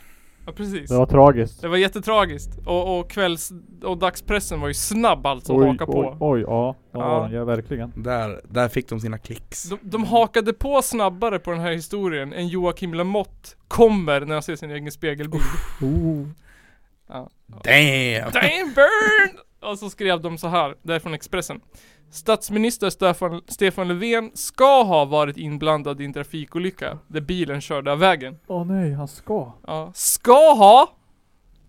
ja precis.
Det var tragiskt.
Det var jättetragiskt. Och, och kvälls och dagspressen var ju snabb alltså att haka på.
Oj, oj, ja. Det
Ja.
var den ja, verkligen.
Där, där fick de sina klicks.
De, de hakade på snabbare på den här historien än Joakim Lamotte kommer när han ser sin egen spegelbild.
Oh.
Damn!
Damn burn! Och så skrev de så här, det är från Expressen. Statsminister Stefan, Stefan Löfven ska ha varit inblandad i en trafikolycka där bilen körde av vägen.
Åh nej, han ska.
Ja, ska ha!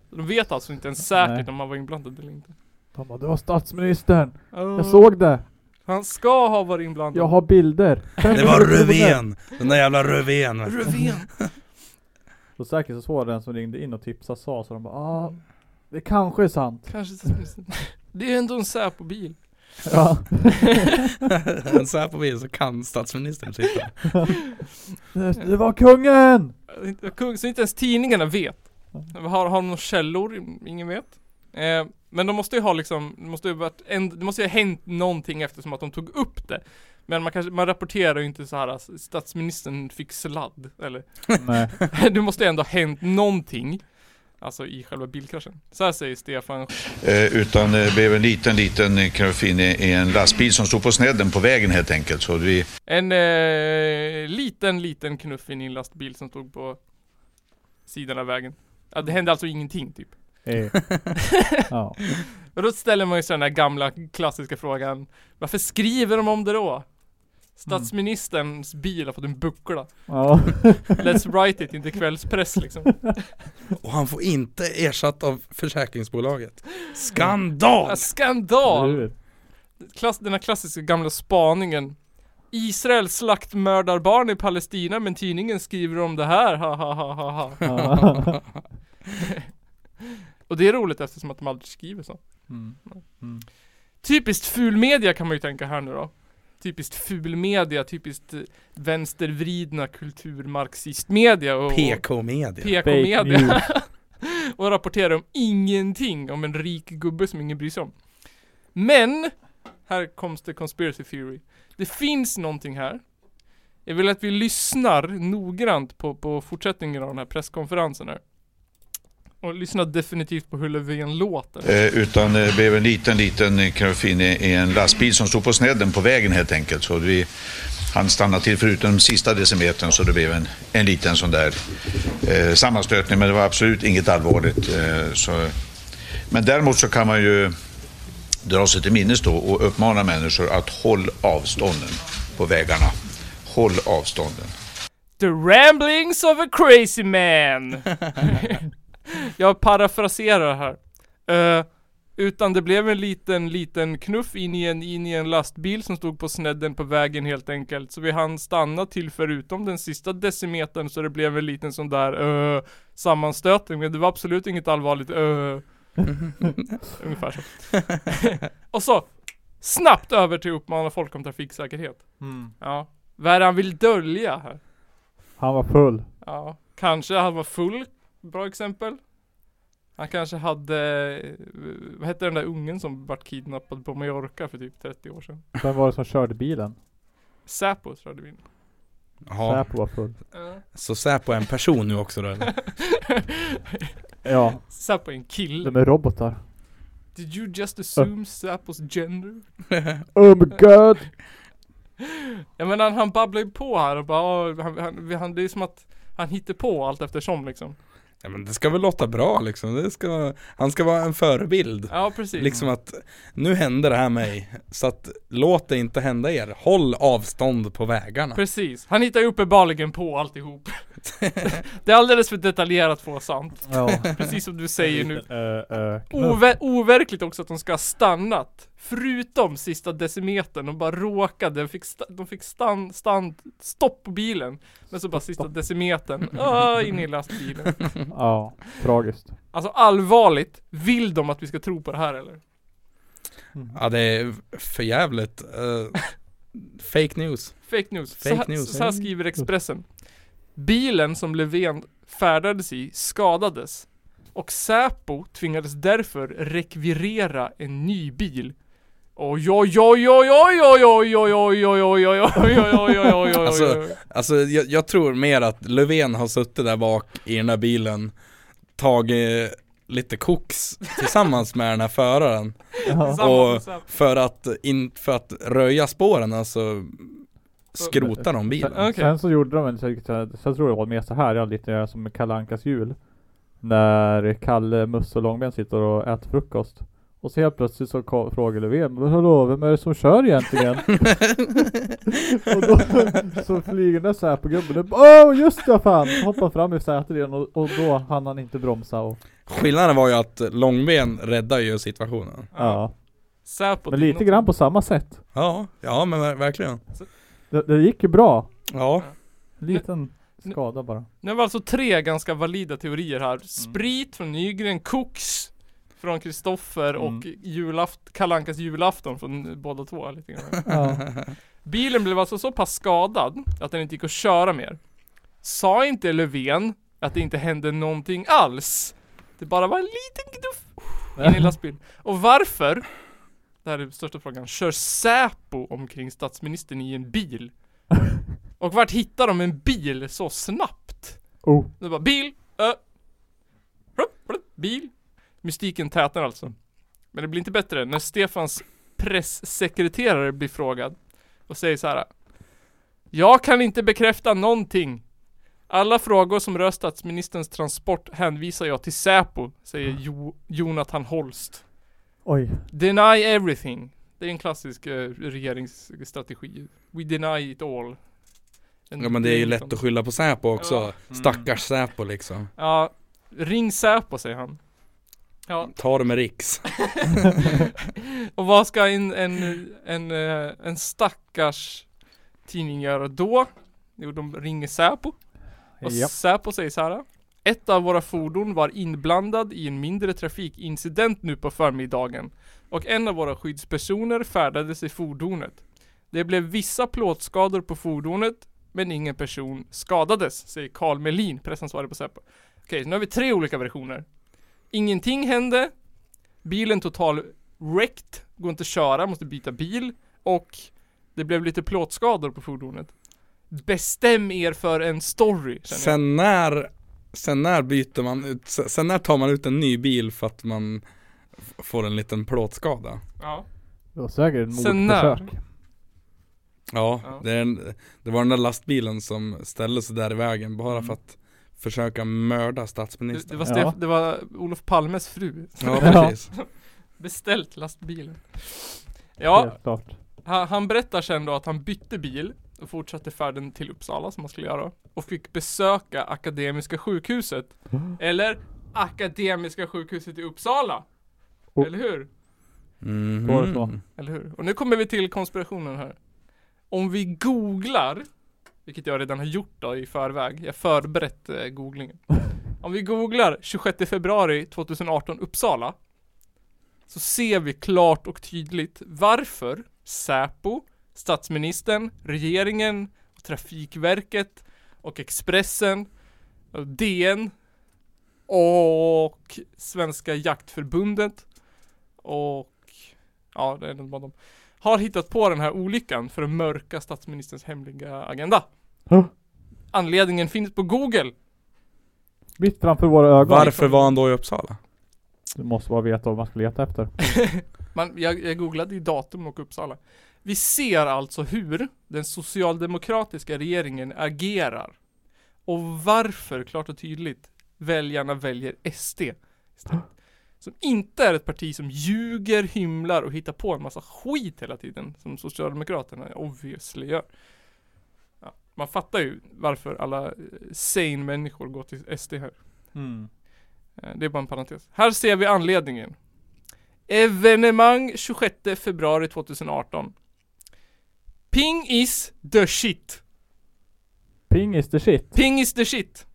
De vet alltså inte ens säkert
Nej.
om han var inblandad eller inte.
De bara, det var statsministern.
Oh.
Jag såg det.
Han ska ha varit inblandad.
Jag har bilder.
Det var Rövén! Den där jävla Rövén.
Löfven.
Så säkert så såg den som ringde in och tipsade sa så de bara, ah, det kanske är sant.
Kanske statsministern. Det är ändå en Säpo-bil.
Ja.
Men så här på bild så kan statsministern sitta.
Det, det var kungen!
Äh, inte- kung- Så inte ens tidningarna vet. Har, har de några källor? Ingen vet. Eh, men de måste ju ha liksom, det måste ju, varit en, det måste ju ha hänt någonting eftersom att de tog upp det. Men man kanske, man rapporterar ju inte så här alltså, statsministern fick sladd eller.
Nej.
Det måste ju ändå ha hänt någonting. Alltså i själva bilkraschen. Så här säger Stefan.
Eh, utan det blev en liten, liten knuff in i, i en lastbil som stod på snedden på vägen helt enkelt. Så vi,
En eh, liten, liten knuff in i en lastbil som stod på sidan av vägen. Ja, det hände alltså ingenting typ.
Eh. Ja.
Och då ställer man ju sig den här gamla klassiska frågan Varför skriver de om det då? Statsministerns bil har fått en buckla
ja.
Let's write it, inte kvällspress liksom
Och han får inte ersatt av försäkringsbolaget. Skandal!
ah, Skandal!
Hur?
Klass, den här klassiska gamla spaningen Israel slaktmördar barn i Palestina men tidningen skriver om det här, ha ha ha ha ha
Ja.
Och det är roligt eftersom att de aldrig skriver så
Mm. Mm.
Typiskt ful media kan man ju tänka här nu då. Typiskt ful media, typiskt eh, vänstervridna kulturmarxistmedia och
PK-media.
Fake
PK-media.
news.
och rapporterar om ingenting om en rik gubbe som ingen bryr sig om. Men här kommer det conspiracy theory. Det finns någonting här. Jag vill att vi lyssnar noggrant på, på fortsättningen av den här presskonferensen här. Och lyssna definitivt på hur Löfven låter.
Eh, utan det blev en liten, liten eh, kruff in i, i en lastbil som stod på snedden på vägen helt enkelt. Så vi, han stannade till förutom den sista decimetern så det blev en, en liten sån där eh, sammanstötning. Men det var absolut inget allvarligt. Eh, så. Men däremot så kan man ju dra sig till minnes då och uppmana människor att håll avstånden på vägarna. Håll avstånden.
The ramblings of a crazy man. Jag parafraserar här. Eh, utan det blev en liten, liten knuff in i en, in i en lastbil som stod på snedden på vägen helt enkelt. Så vi hann stanna till förutom den sista decimetern så det blev en liten sån där eh, sammanstötning. Men det var absolut inget allvarligt eh, Ungefär så. Och så, snabbt över till att uppmana folk om trafiksäkerhet.
Mm,
Ja. Vad är det han vill dölja här?
Han var full.
Ja, kanske han var full. Bra exempel. Han kanske hade, eh, vad hette den där ungen som vart kidnappad på Mallorca för typ 30 år sedan?
Vem var det som körde bilen?
Säpo tror jag det var.
Jaha,
Säpo var full.
Ja.
så Säpo är en person nu också då eller?
Ja,
Säpo är en kille.
de är robotar.
Did you just assume Säpos gender?
Oh my god!
Ja men han, han babblar ju på här och bara, "Ah, han, han, han, det är som att han hittar på allt eftersom liksom.
Ja men det ska väl låta bra liksom, det ska, han ska vara en förebild
Ja precis.
Liksom att, nu hände det här mig, så att låt det inte hända er, håll avstånd på vägarna
Precis, han hittar ju uppenbarligen på alltihop. det är alldeles för detaljerat för att vara sant.
Ja.
Precis som du säger nu.
Eh, eh, knuff.
Over overkligt också att de ska ha stannat. Förutom sista decimetern, de bara råkade, de fick, sta de fick stan stan stopp på bilen. Men så bara sista decimetern, ah, in i lastbilen.
Ja, tragiskt.
Alltså allvarligt, vill de att vi ska tro på det här eller?
Mm.
Ja det är för jävligt eh, Fake news
Fake news. så,
Fake
här-
news.
så här skriver Expressen. Bilen som Löfven färdades i skadades och Säpo tvingades därför rekvirera en ny bil. Oj oj oj oj oj oj oj oj oj oj oj oj oj oj oj oj oj oj
Alltså-
oj
Alltså jag, jag tror mer att Löfven har suttit där bak i den där bilen Tagit lite koks tillsammans med den här föraren
Ja.
Tillsammans med Säpo.
För att, in, för att röja spåren alltså Skrota de bilen
Okej.
Sen så gjorde de en, sen så tror jag det var mer så här, ja, lite som Kalle Ankas jul. När Kalle, Musse och Långben sitter och äter frukost. Och så helt plötsligt så ko- frågar Löfven, men hallå, vem är det som kör egentligen? och då så flyger den så här på gubben, och bara, åh just det fan! Hoppar fram i sätet igen och, och då hann han inte bromsa och,
Skillnaden var ju att Långben räddar ju situationen
ja.
Säpo.
Men
det är
lite
något-
grann på samma sätt.
Ja, ja men ver- verkligen
Det, det gick ju bra.
Ja
Liten skada bara.
Nu var alltså tre ganska valida teorier här. Sprit från Nygren, koks från Kristoffer och julaft, Kalankas julafton från båda två. Lite grann.
Ja.
Bilen blev alltså så pass skadad att den inte gick att köra mer. Sa inte Löfven att det inte hände någonting alls? Det bara var en liten knuff in i lastbilen. Och varför, det här är den största frågan, kör Säpo omkring statsministern i en bil? Och vart hittar de en bil så snabbt?
Oh.
Det var bil, ö, plupp, plupp, bil. Mystiken tätnar alltså. Men det blir inte bättre när Stefans pressekreterare blir frågad och säger så här. Jag kan inte bekräfta någonting. Alla frågor som rör statsministerns transport hänvisar jag till Säpo, säger jo- Jonathan Holst.
Oj.
Deny everything. Det är en klassisk eh, regeringsstrategi. We deny it all. En-
Ja men det är ju lätt att skylla på Säpo också, stackars Säpo liksom
Ja, ring Säpo säger han. Ja,
Ta det med Riks
och vad ska en, en, en, eh, en stackars tidning göra då? Jo, de ringer Säpo. Och
Ja.
Säpo säger så här. Ett av våra fordon var inblandad i en mindre trafikincident nu på förmiddagen och en av våra skyddspersoner färdades i fordonet. Det blev vissa plåtskador på fordonet men ingen person skadades, säger Carl Melin, pressansvarig på Säpo. Okej, så nu har vi tre olika versioner. Ingenting hände. Bilen total wrecked, går inte att köra, måste byta bil och det blev lite plåtskador på fordonet. Bestäm er för en story känner jag.
Sen när, sen när byter man ut, sen sen när tar man ut en ny bil för att man f- får en liten plåtskada?
Ja.
Det var säkert ett
Sen när?
mordförsök.
Ja,
Ja.
Det, är en, det var den där lastbilen som ställde sig där i vägen bara för att försöka mörda
Det, det,
statsministern.
var
Ja.
Stef- det var Olof Palmes fru.
Ja,
Ja.
precis.
Beställt lastbilen. Ja,
Helt klart.
Han, han berättar sen då att han bytte bil och fortsatte färden till Uppsala som han skulle göra. Och fick besöka Akademiska sjukhuset. Eller Akademiska sjukhuset i Uppsala.
Oh.
Eller hur?
Mhm.
Går det så?
Eller hur? Och nu kommer vi till konspirationen här. Om vi googlar, vilket jag redan har gjort då i förväg, jag förberett eh, googlingen. Om vi googlar 26 februari 2018 Uppsala, så ser vi klart och tydligt varför Säpo, statsministern, regeringen, Trafikverket och Expressen, och DN och Svenska Jaktförbundet och Ja, det är nog bara de. Har hittat på den här olyckan för att mörka statsministerns hemliga agenda.
Huh?
Anledningen finns på Google.
Mitt framför våra ögon.
Varför var han då i Uppsala?
Du måste bara veta vad man ska leta efter.
Man, jag, jag googlade ju datum och Uppsala. Vi ser alltså hur den socialdemokratiska regeringen agerar. Och varför, klart och tydligt, väljarna väljer SD. istället. Som inte är ett parti som ljuger, hymlar och hittar på en massa skit hela tiden. Som Socialdemokraterna obviously gör. Ja, man fattar ju varför alla eh, sane människor går till SD här. Eh, Det är bara en parentes. Här ser vi anledningen. Evenemang 26 februari 2018. Ping is the shit.
Ping is the shit.
Ping is the shit.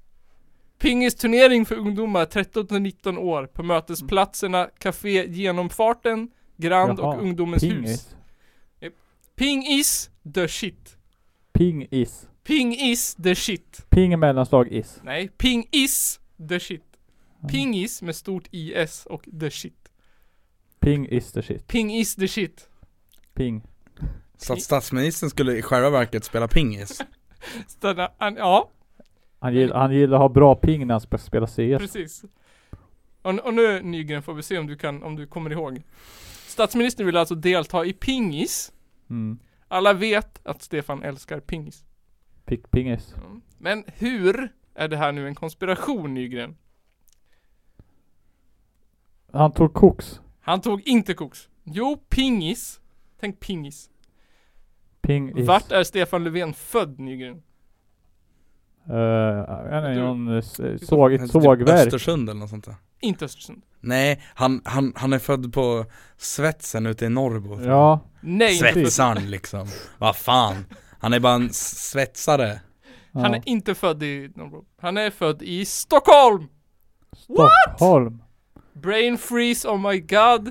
Pingisturnering för ungdomar 13-19 år på mötesplatserna Café Genomfarten, Grand
Jaha,
och Ungdomens
Ping
hus.
is.
Ping is the shit.
Ping is.
Ping is the shit.
Ping mellanslag is.
Nej, ping is the shit. Pingis med stort is och the shit.
Ping is the shit.
Ping is the shit.
Ping.
Så att statsministern skulle i själva verket spela pingis?
Stanna, an, ja,
Han, gill, han gillar att ha bra ping när han ska spela CS.
precis. Och, och nu Nygren får vi se om du kan, om du kommer ihåg. Statsministern vill alltså delta i pingis.
Mm.
Alla vet att Stefan älskar pingis.
Pick pingis.
Mm. Men hur är det här nu en konspiration Nygren?
Han tog koks.
Han tog inte koks. Jo, pingis. Tänk pingis.
Ping is.
Vart är Stefan Löfven född Nygren?
Eh, jag vet inte,
Du-
någon eh, såg, ett
Typ
sågverk.
Östersund eller något sånt där?
Inte Östersund.
Nej, han, han, han är född på Svetsen ute i Norrbo
Ja.
Nej, inte
Svett.
född.
Svetsaren liksom, vad fan Han är bara en s- svetsare
ja.
Han är inte född i Norrbo. Han är född i Stockholm!
Stockholm.
Brain freeze, oh my god.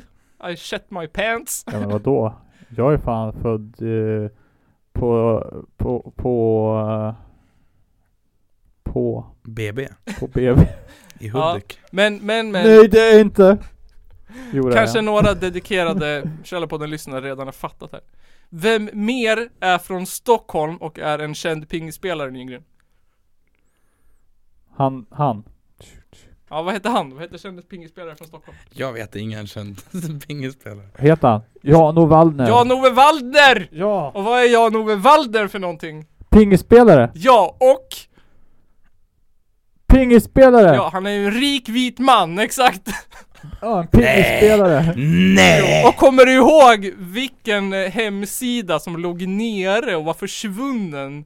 I shet my pants.
Ja men vadå? Jag är fan född eh, på, på, på, eh, på,
BB
på BB.
i
Ja,
Hudik
Men, men, men.
Nej det är inte! Jo, det
Kanske
är. jag.
några dedikerade Källarpodden-lyssnare redan har fattat här. Vem mer är från Stockholm och är en känd pingisspelare Nygren?
Han, han.
Ja, vad heter han? Vad heter känd pingisspelare från Stockholm?
Jag vet ingen känd pingisspelare
Heter han? Jan-Ove Waldner.
Jan-Ove Waldner!
ja!
Och vad är Jan-Ove Waldner för någonting?
Pingisspelare!
Ja, och?
Pingisspelare!
Ja, han är ju en rik vit man, exakt!
Ja, en pingisspelare!
Nej!
Och kommer du ihåg vilken eh, hemsida som låg nere och var försvunnen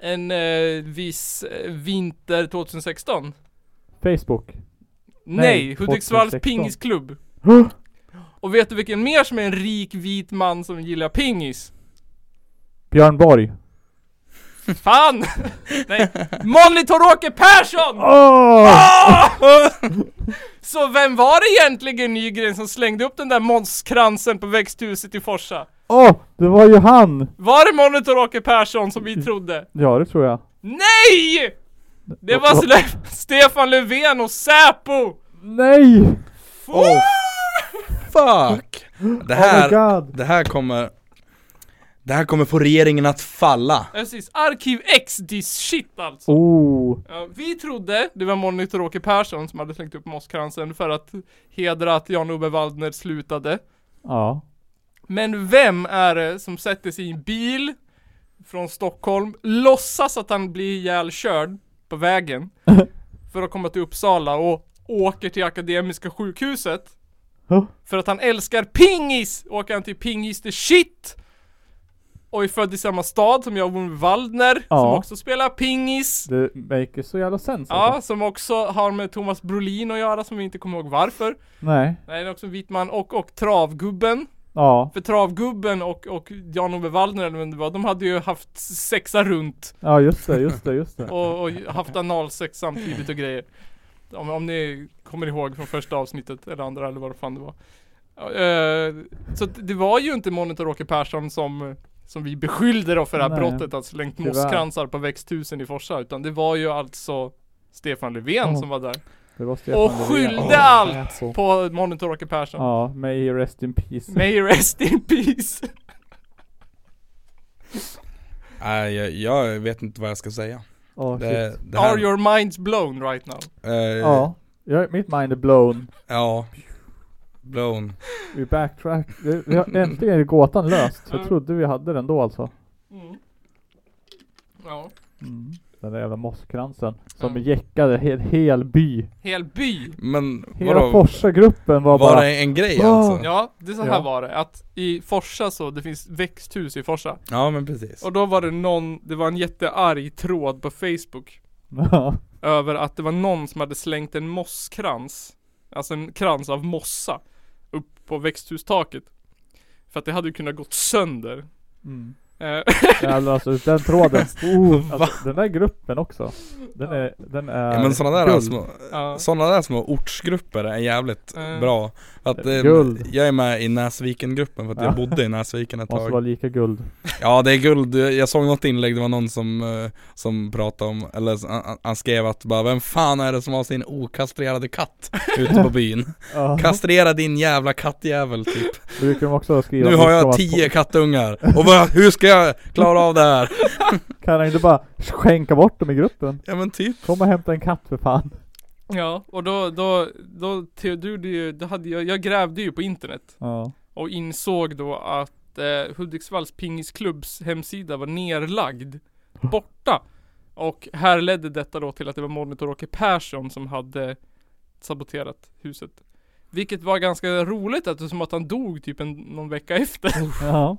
en eh, viss eh, vinter 2016?
Facebook.
Nej,
Nej,
Hudiksvalls
2016.
pingisklubb. Och vet du vilken mer som är en rik vit man som gillar pingis?
Björn Borg.
Fan! Nej, Monitor-Åke Persson!
Åh!
Ah! Så vem var det egentligen Nygren som slängde upp den där monskransen på växthuset i Forsa?
Åh! det var ju han!
Var det Monitor-Åke Persson som vi trodde?
Ja, det tror jag.
Nej! Det var Sle- Stefan Löfven och Säpo!
Nej!
Fy!
fuck! Det här,
Oh my god!
det här kommer Det här kommer få regeringen att falla
Ja, precis. Arkiv X this shit alltså.
Oh!
Ja, vi trodde det var Monitor Åke Persson som hade slängt upp Mosskransen för att hedra att Jan-Ove Waldner slutade.
Ja.
Men vem är det som sätter sig i en bil från Stockholm, låtsas att han blir ihjälkörd på vägen för att komma till Uppsala och åker till Akademiska sjukhuset
Huh?
för att han älskar pingis! Åker han till pingis the shit! Och är född i samma stad som jag, Ove Waldner, som
Ja.
också spelar pingis.
Det maker så jävla sens.
Ja,
alltså.
som också har med Thomas Brolin att göra, som vi inte kommer ihåg varför.
Nej.
Nej, det är också en vit man och, och Travgubben.
Ja.
För Travgubben och, och Jan-Ove Wallner eller vem det var, de hade ju haft sexa runt
Ja just det, just det, just det.
och, och haft analsex samtidigt och grejer. Om, om ni kommer ihåg från första avsnittet eller andra eller vad fan det var. Ja, eh, så att det var ju inte Monitor Åke Persson som, som vi beskyllde då för det här
Nej.
brottet, att slängt
Tyvärr.
mosskransar på växthusen i Forsa, utan det var ju alltså Stefan Löfven
Ja.
som var där.
det var Stefan
Och
Löfven.
skyllde
Ja.
allt på Monitor Åke Persson.
Ja, may he rest in peace.
May he rest in peace.
Nej jag, jag vet inte vad jag ska säga
Åh, shit.
det, det
Are
här,
your minds blown right now?
eh,
Ja. Jag, mitt mind är blown.
ja Blown
Vi backtrack. Vi, vi har äntligen är gåtan löst. Jag trodde vi hade den då alltså.
Mm. Ja,
Mm. Den där jävla mosskransen. Som
Ja.
jäckade hel, hel by.
hel by.
Men
Hela Forsa-gruppen
var
var, bara...
det en grej
Ah.
alltså?
Ja, det är så här
Ja.
var det. Att i Forsa så, det finns växthus i Forsa.
Ja men precis
Och då var det någon, det var en jättearg tråd på Facebook.
Ja.
Över att det var någon som hade slängt en mosskrans. Alltså en krans av mossa. Upp på växthustaket. För att det hade ju kunnat gått sönder.
Mm.
Eh,
Jävlar alltså, den tråden. Oh, alltså, den där gruppen också. Den är... Den är
Ja, men sådana där
guld.
små,
ja.
såna där små ortsgrupper är jävligt
Mm.
bra att, eh,
Guld.
Jag är med i Näsviken-gruppen för att jag
Ja.
bodde i Näsviken ett
Måste vara
tag
lika guld.
Ja det är guld, jag såg något inlägg, det var någon som, eh, som pratade om, eller s- han- han skrev att bara Vem fan är det som har sin okastrerade katt ute på byn?
Ja.
Kastrera din jävla kattjävel typ
Brukar de också skriva
Nu har
mycket
jag
om att-
tio kattungar, och vad, hur ska jag klara av det här?
Kan jag inte bara skänka bort dem i gruppen?
Ja men typ
Kom och hämta en katt för fan.
ja, och då, då, då, då, då, då hade jag, jag grävde ju på internet.
Ja.
Och insåg då att eh, Hudiksvalls pingisklubbs hemsida var nerlagd. Borta. Och här ledde detta då till att det var Monitor Åke Persson som hade saboterat huset. Vilket var ganska roligt eftersom att han dog typ en, någon vecka efter.
ja.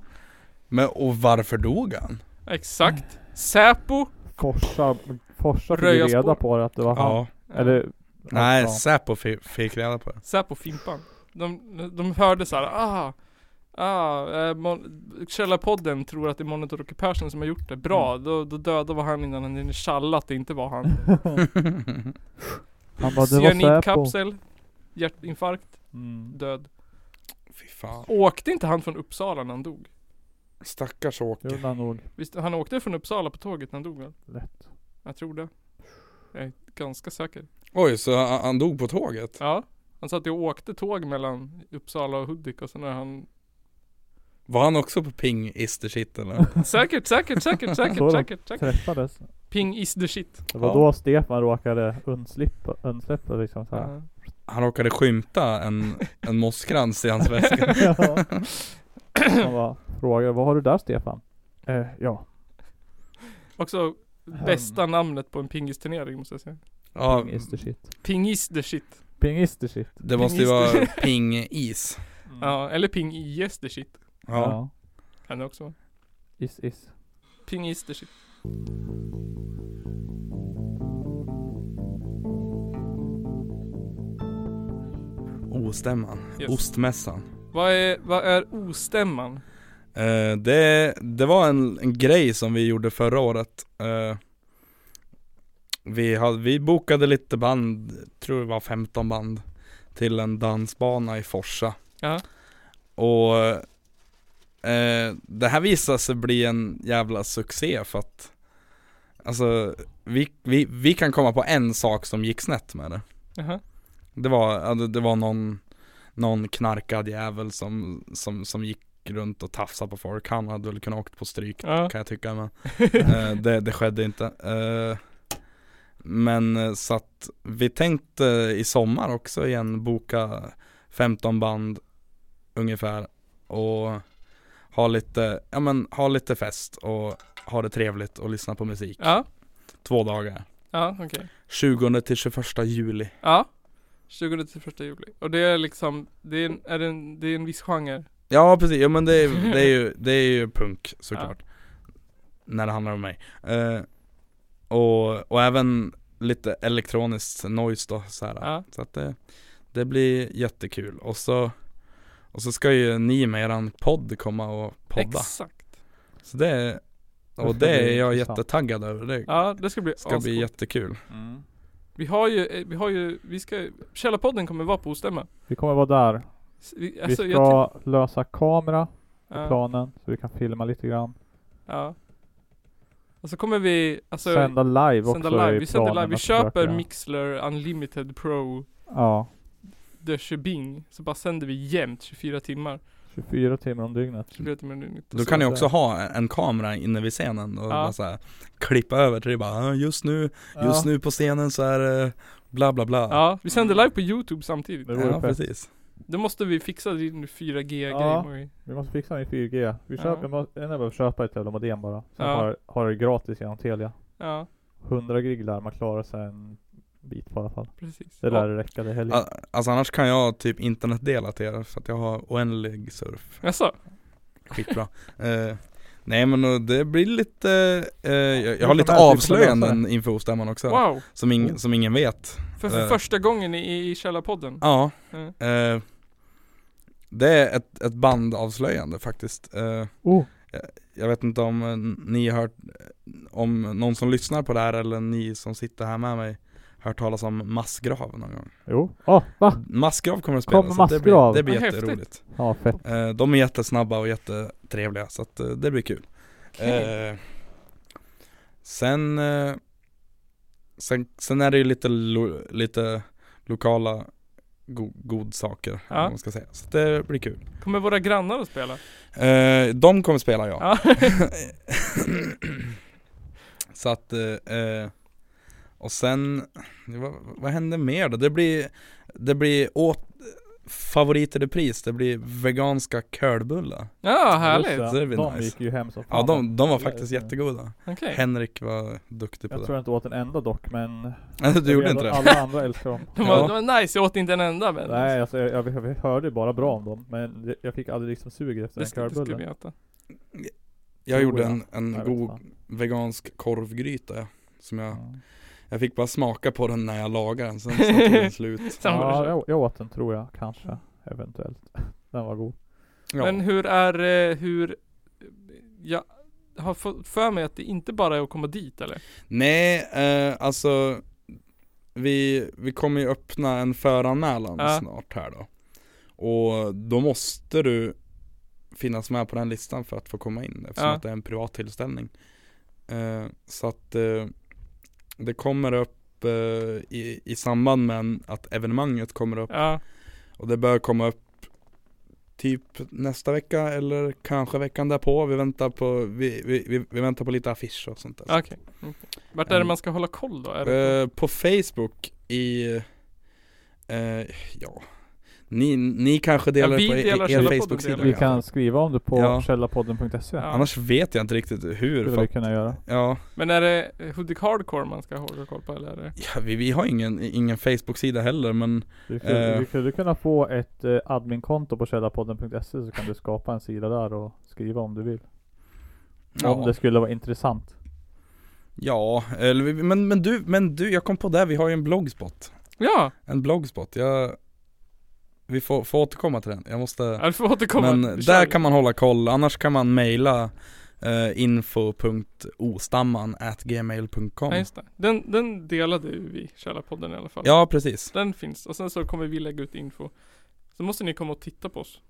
Men och varför dog han?
Exakt. Säpo.
Forsa, Forsa fick ju
Röja spår.
reda på det att det var han.
Ja,
Eller...
nej
ja.
Säpo fi- fick reda på det
Säpo Fimpan. De, de hörde så här, ah, ah, eh, mon- Källarpodden tror att det är Monitor Åke Persson som har gjort det. Bra, då, då dödade var han innan han hinner tjalla att det inte var han.
Han bara, det var Säpo.
Cyanidkapsel, hjärtinfarkt,
Mm.
död.
Fy fan
Åkte inte han från Uppsala när han dog?
Stackars
Det gjorde
Åke
han nog
Visst, han åkte från Uppsala på tåget när han dog väl?
lätt.
Jag tror det. Jag är ganska säker.
Oj, så han, han dog på tåget?
Ja. Han satt ju och åkte tåg mellan Uppsala och Hudik och sen när han...
Var han också på ping is the shit eller?
Säkert, säkert, säkert, säkert,
Så då.
säkert, säkert.
Träffades.
Ping is the shit.
Det var
Ja.
då Stefan råkade undsläppa, undsläppa liksom så här.
Ja.
Han råkade skymta en, en mosskrans i hans väska
Ja. Han bara frågade, vad har du där Stefan? Eh, ja.
Också bästa namnet på en pingisturnering måste jag säga.
Ja,
Pingister shit.
Ping is the shit.
Pingister shit.
det måste ju vara ping-is
Mm.
Ja, eller ping is the shit.
ja.
Kan det också vara.
Is is.
Ping is the shit.
Ostämman,
Yes.
ostmässan
Vad är, vad är ostämman?
eh, det, det var en, en grej som vi gjorde förra året eh, vi, hade, vi bokade lite band, tror det var 15 band Till en dansbana i Forsa
Ja.
Och eh, det här visade sig bli en jävla succé för att Alltså vi, vi, vi kan komma på en sak som gick snett med det
Jaha.
Det var, ja, det- det var någon någon knarkad jävel som, som, som gick runt och tafsade på folk. Han hade väl kunnat åkt på stryk
Ja.
kan jag tycka men eh, det, det skedde inte. Eh, men eh, så att vi tänkte i sommar också igen boka 15 band ungefär och ha lite, ja men ha lite fest och ha det trevligt och lyssna på musik.
Ja,
Två dagar.
ja okej.
20 till 21 juli.
Ja. 20 till 1 juli. Och det är liksom, det är en, är det en, det är en viss genre.
Ja precis, ja, men det är, det är, ju, det är ju punk såklart När det handlar om mig Eh, och, och även lite elektroniskt noise då så, här.
Ja.
så att det, det blir jättekul och så Och så ska ju ni med eran podd komma och podda
Exakt.
Så det är,
Det
och
ska
det
bli
är jag
intressant.
jättetaggad över det
Ja, det ska bli
Ska bli
ascoolt.
jättekul
Mm.
Vi har ju, eh, vi har ju, vi ska, Källarpodden kommer vara på ostämma.
Vi kommer vara där.
S- Vi,
Vi
alltså, jag ty-
ska lösa kamera på
ja,
planen så vi kan filma lite grann.
Ja. Och så kommer vi, alltså
sända live också
sända live.
är
Vi sänder
planen
live. Vi
att
köper
försöka.
Mixler Unlimited Pro
Ja,
de Shebing. Så bara sänder vi jämt 24 timmar.
24 timmar om dygnet.
24 timmar dygnet.
Mm. Då
Så-
kan ni
så-
också ha en kamera inne vid scenen och
Ja.
bara så här, klippa över till det bara "Ah, just nu, just nu på scenen så är det bla bla bla
Ja, vi
Mm.
sänder live på youtube samtidigt.
Det vore
Ja
fett.
precis.
Då måste vi fixa din 4G-grej.
Ja.
Marie.
Vi måste fixa en 4G. Vi
Ja.
köper, jag måste- jag behöver köpa ett jävla modem bara. Sen
Ja.
har, har det gratis genom Telia.
ja.
100 gig lär man klara sig en bit på i alla fall.
Precis.
Det
Ja.
lär räcka det helgen.
A- Alltså annars kan jag typ internetdela till er för att jag har oändlig surf.
Jaså?
Skitbra. Eh, nej men och det blir lite, eh, jag, jag har
Hur
lite
som helst, vi får lösa
avslöjanden inför ostämman också.
Wow!
Som, ing, som ingen vet.
För, för
Eh.
första gången i, i Källarpodden.
Ja.
Mm.
eh, det är ett, ett bandavslöjande faktiskt. Eh,
Oh,
jag vet inte om eh, ni har hört, om någon som lyssnar på det här eller ni som sitter här med mig hört talas om massgrav någon gång.
jo. Åh, va?
Massgrav kommer att spela
Kommer
så att det blir,
Massgrav?
det blir
Vad häftigt.
jätteroligt.
Ja, fett.
Eh, de är jättesnabba och jättetrevliga så att eh, det blir kul.
Okej.
Eh, sen, eh, sen, sen är det ju lite, lo, lite lokala go, godsaker, eller
Ja.
vad man ska säga. Så att det blir kul.
Kommer våra grannar att spela?
Eh, de kommer spela ja.
Ja.
så att, eh, eh, och sen, vad, vad händer mer då? Det blir, det blir åt, favorit i repris, det blir veganska curlbullar.
Ja, härligt!
Just
det blir
de
nice.
gick ju hem så
Ja
fan.
de, de var
det
faktiskt
är-
jättegoda
Okej.
Henrik var duktig på
Jag
det
tror jag inte åt en enda dock men
Nej du
jag
gjorde
vet
inte
att
det?
Alla andra älskar dem.
De, var,
Ja.
de var nice, jag åt inte en enda men
Nej alltså jag, jag, jag hörde bara bra om dem men det- jag fick aldrig liksom sug efter
det
en
ska, det ska
currybulle.
vi äta.
Jag
tror
gjorde
jag.
en, en
Jag vet
god
fan.
vegansk korvgryta ja, Som jag,
Mm.
jag fick bara smaka på den när jag lagade den sen så tog den slut
Sen var det
Ja,
kört.
jag, jag åt den tror jag kanske. Eventuellt. Den var god.
ja.
Men hur är, eh, hur... Jag har fått för mig att det inte bara är att komma dit eller?
Nej, eh, alltså vi, vi kommer ju öppna en föranmälan
Ja.
snart här då Och då måste du finnas med på den listan för att få komma in eftersom
Ja.
att det är en privat tillställning eh, Så att eh, det kommer upp eh, i, i samband med en- att evenemanget kommer upp
Ja,
och det bör komma upp typ nästa vecka eller kanske veckan därpå Vi väntar på, vi, vi, vi, vi väntar på lite affischer och sånt där
okej. Mm. Vart är det
Mm.
man ska hålla koll då? Är det
Eh, på Facebook i, eh, ja, ni, ni kanske delar
Ja, vi
det på
delar
er,
Källarpodden
er
delar
Facebook-sida
det.
Vi
kanske.
kan skriva om det på
Ja.
källarpodden.se.
Ja.
Annars vet jag inte riktigt
Det
hur,
skulle
för
vi
att,
kunna göra.
ja,
men är det eh, Hudik Hardcore man ska hålla koll på eller? Är det?
ja vi, vi har ingen, ingen Facebook-sida heller men
Du skulle,
Eh.
du skulle kunna få ett eh, adminkonto på källarpodden.se så kan du skapa en sida där och skriva om du vill. Om
ja,
det skulle vara intressant.
ja eller, vi- men, men du, men du, jag kom på det, här, vi har ju en bloggspot
Ja!
En bloggspot, jag, vi får, får återkomma till den, jag måste
ja, Du får återkomma.
Men
Vi
där
kör.
kan man hålla koll, annars kan man mejla eh, info.ostamman at gmail.com
Ja, just det. Den, den delade ju vi, Källarpodden i alla fall.
Ja precis,
Den finns och sen så kommer vi lägga ut info. Så måste ni komma och titta på oss.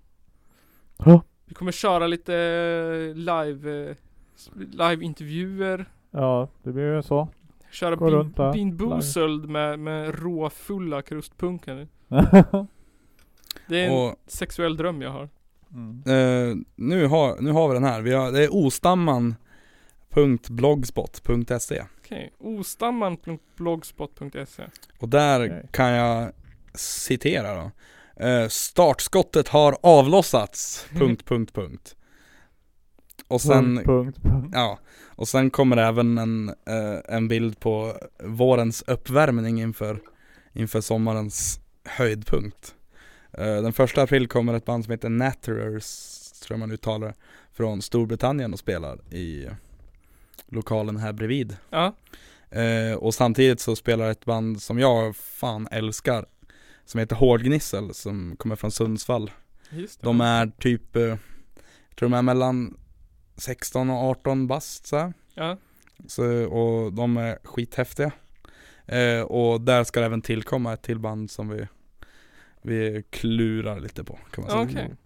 Ja.
Vi kommer köra lite eh, live eh, s- live-intervjuer.
Ja, det blir ju så.
Köra
Gå
Bin,
runt där,
bin Bosöld med, med råfulla krustpunkare. Det är en
Och
sexuell dröm jag har.
Mm.
eh, nu, har, nu har vi den här. Vi har, det är ostamman.blogspot.se
Okej, ostamman.blogspot.se
Och där
Okej.
kan jag citera då. Eh, startskottet har avlossats. punkt, punkt, punkt. Och sen,
Punkt, punkt, punkt.
ja, och sen kommer även en, eh, en bild på vårens uppvärmning inför, inför sommarens höjdpunkt. Eh, den första april kommer ett band som heter Natterers, tror jag man uttalar det, från Storbritannien och spelar i lokalen här bredvid.
Ja,
Eh, och samtidigt så spelar ett band som jag fan älskar Som heter Hårdgnissel som kommer från Sundsvall
just det.
De är typ, eh, jag tror de är mellan 16 och 18 bast så, här.
Ja,
så Och de är skithäftiga eh, Och där ska det även tillkomma ett till band som vi vi klurar lite på kan man säga.
okej.
Mm.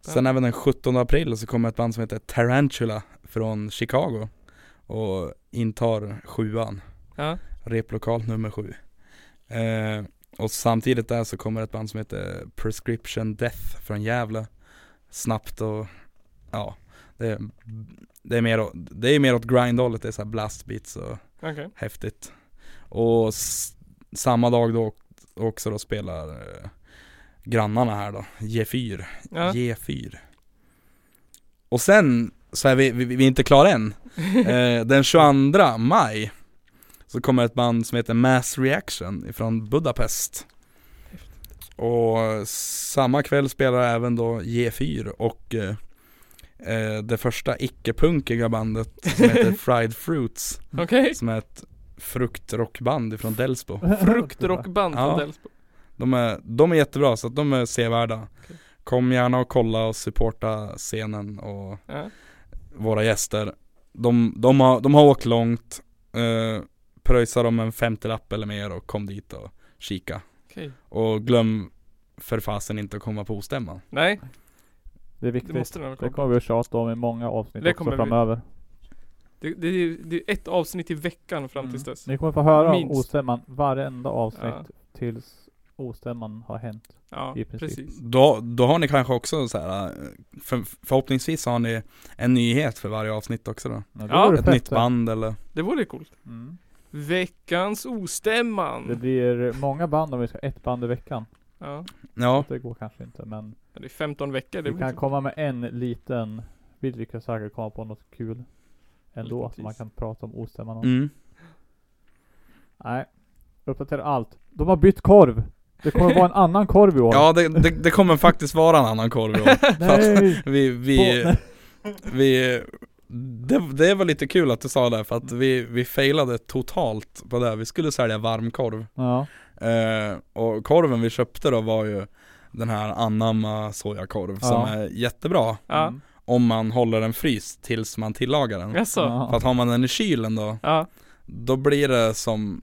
Sen även den 17 april så kommer ett band som heter Tarantula från Chicago och intar sjuan
Ja,
replokal nummer sju. Eh, och samtidigt där så kommer ett band som heter Prescription Death från Gävle. Snabbt och ja, det, det, är, mer, å- det är mer åt grindhållet, det är så här blastbeats och
okej.
häftigt. Och s- samma dag då också då spelar eh, grannarna här då, G4.
Ja.
G4. Och sen så är vi, vi, vi är inte klara än. Eh, den 22 maj så kommer ett band som heter Mass Reaction ifrån Budapest. Och samma kväll spelar även då G4 och eh, eh, det första icke-punkiga bandet som heter Fried Fruits
Okej,
som är ett fruktrockband ifrån Delsbo.
fruktrockband
Ja.
från Delsbo.
De är, de är jättebra så att de är sevärda.
Okej.
Kom gärna och kolla och supporta scenen och
Ja.
våra gäster. De, de, har, de har åkt långt, eh, pröjsa dem en 50-lapp eller mer och kom dit och kika.
Okej,
Och glöm för fasen inte att komma på ostämman.
nej
Det är
det
viktigt.
måste den väl
Det
komma.
kommer vi att tjata om i många avsnitt
Det
också
kommer vi-
framöver.
Det, det, är- det är ett avsnitt i veckan fram tills
Mm.
dess.
Ni kommer få höra om
Minst.
ostämman varenda avsnitt
Ja.
tills ostämman har hänt.
Ja,
i princip.
precis.
Då, då har ni kanske också så här, eh, för, förhoppningsvis har ni en nyhet för varje avsnitt också då.
Men
Ja,
vore
Ett
fett
nytt
det.
band eller
Det vore coolt.
Mm.
Veckans
Det
ostämman.
blir många band om vi ska ha ett band i veckan.
Ja,
Ja,
Det går kanske inte men
det är 15 veckor. Det
vi kan
blir
komma med en liten. Vi lyckas säkert komma på något kul ändå
Liten
som man
tease.
kan prata om ostämman om.
mm.
Nej. Uppdatera allt. De har bytt korv. Det kommer vara en annan korv i år.
ja det, det, det kommer faktiskt vara en annan korv i år.
Nej!
Vi, vi,
På-
vi det, det var lite kul att du sa det för att vi, vi failade totalt på det. Vi skulle sälja varmkorv
ja.
eh, och korven vi köpte då var ju den här anamma sojakorv som
Ja.
är jättebra
Ja,
Mm.
om man håller den fryst tills man tillagar den.
jaså?
För att har man den i kylen då,
Ja,
då blir det som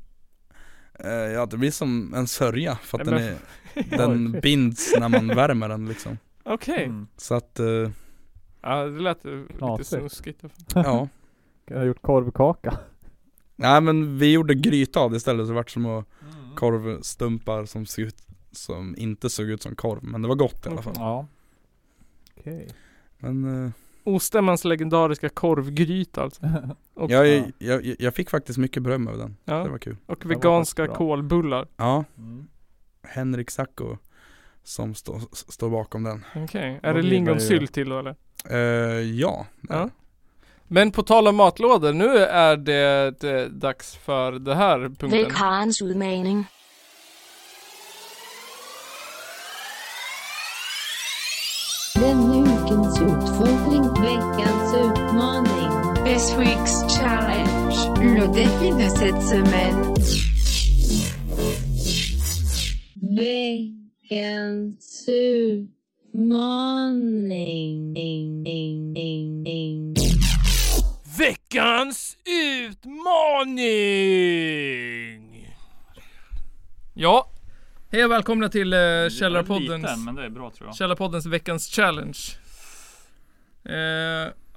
eh, Ja det blir som en sörja för att
Nej,
den,
men-
är, den binds när man värmer den liksom
okej.
Mm.
Så att, eh,
Ja, det lät eh, lite
Knasigt.
snuskigt.
ja
Jag har gjort korvkaka.
Nej men vi gjorde gryta av det istället, så det vart små
Mm.
korvstumpar som såg ut som inte såg ut som korv, men det var gott i alla fall
Ja. Okej.
Men eh,
Ostämmans legendariska korvgryta alltså.
Mm.
Och,
jag, är- jag, jag fick faktiskt mycket beröm över den, det
ja,
var kul
och
var
veganska
faktiskt bra.
kolbullar.
Ja,
Mm.
Henrik Sacco som står står bakom den
Okej,
De
är det
gillar ju-
lingonsylt till då eller?
Eh, Ja,
Ja. Men på tal om matlådor, nu är det, eh, dags för det här punkten.
Vekarens udmaning.
Den ukens utfordring, veckans utmaning.
This week's challenge. Le défi de cette semaine.
Veckans utmaning.
Veckans utmaning! Ja, hej och välkomna till eh, Källarpoddens,
men det är bra tror jag.
Källarpoddens veckans challenge. Eh,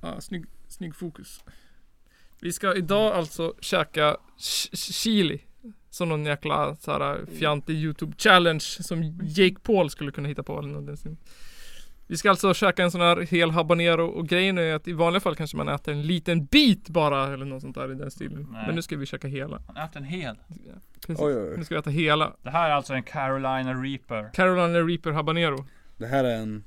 ja, snygg, snygg fokus. Vi ska idag alltså käka ch- ch- chili. Som någon jäkla såhär fjantig youtube challenge som Jake Paul skulle kunna hitta på eller någonting. Vi ska alltså käka en sån här hel habanero och grejen är att i vanliga fall kanske man äter en liten bit bara eller något sånt där i den stilen.
Nej.
Men nu ska vi käka hela.
Han äter en hel.
Precis.
Oj, oj, oj.
Nu ska vi äta hela.
Det här är alltså en Carolina Reaper.
Carolina Reaper habanero.
Det här är en...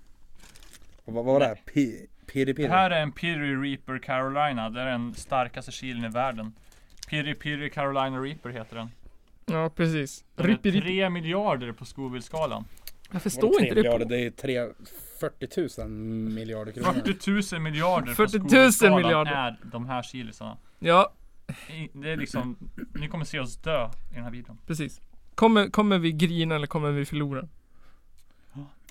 Vad vad var det? här? Pi- Piri piri?
Det här är en Piri Reaper Carolina. Det är den starkaste chilen i världen. Piri Piri Carolina Reaper heter den.
Ja precis.
Den är
Rippi rippi.
3 miljarder på Scoville-skalan.
Jag
Vadå
förstår
tre
inte
miljarder?
det.
Det är tre 40 000 miljarder kronor.
40 000 miljarder
40 000
på Scoville-skalan
miljarder.
är de här chilisarna.
Ja
I- Det är liksom, ni kommer se oss dö i den här videon.
precis. Kommer, kommer vi grina eller kommer vi förlora?
Det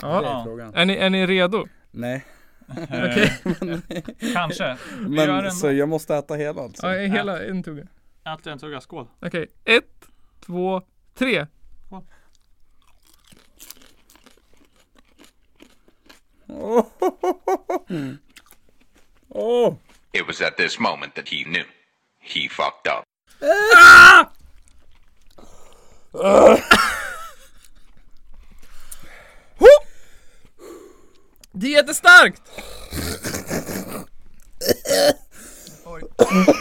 Ja.
är frågan.
Är ni, är ni redo?
Nej.
Okej. Eh, Kanske. Vi gör
Men
en
så jag måste äta hela alltså.
Ja, hela en tugga.
ät en tugga, skål.
Okej, ett, två, tre.
Åh! Åh!
It was at this moment that he knew. He fucked up.
Det är jättestarkt!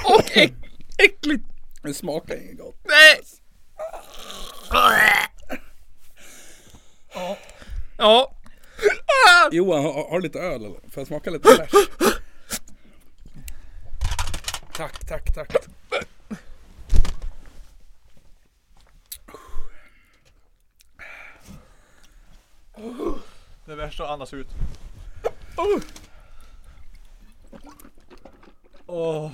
Och äck, äckligt!
Det smakar inget gott.
Nej! Ja. Ja.
Johan, har, har du lite öl eller? Får jag smaka lite flash? Tack, tack, tack.
Det värsta att andas ut. Åh.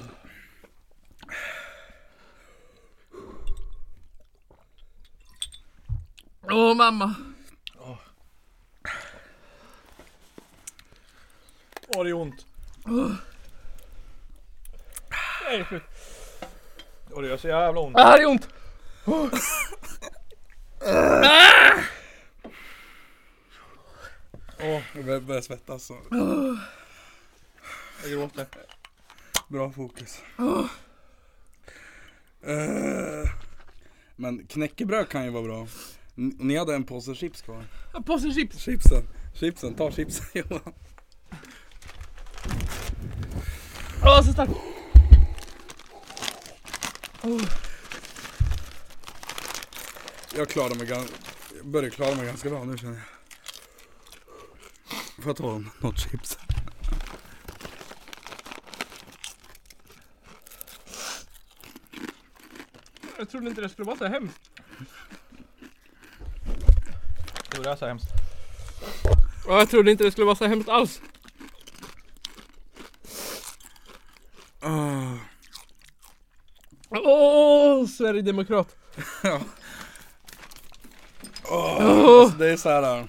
Åh mamma.
Åh, det är ont. Nej, fy. Åh, det gör så jävla ont.
Ah, det är ont.
Åh, jag börjar- börjar svettas. alltså. så
Jag gråter.
Bra fokus. Eh, Men knäckebröd kan ju vara bra. N- Ni hade en påse chips kvar.
En påse chips.
Chipsen, chipsen, ta chipsen Johan.
Åh, Ah, så starkt.
Jag klarar mig ganska, jag börjar klara mig ganska bra nu känner jag. Får jag ta något chips?
Jag trodde inte det skulle vara så hemskt.
Jo, det är så hemskt.
Ja, Ah, jag trodde inte det skulle vara så hemskt alls.
Ah.
Åh, oh, Sverigedemokrat.
Åh, alltså det är så här. äh,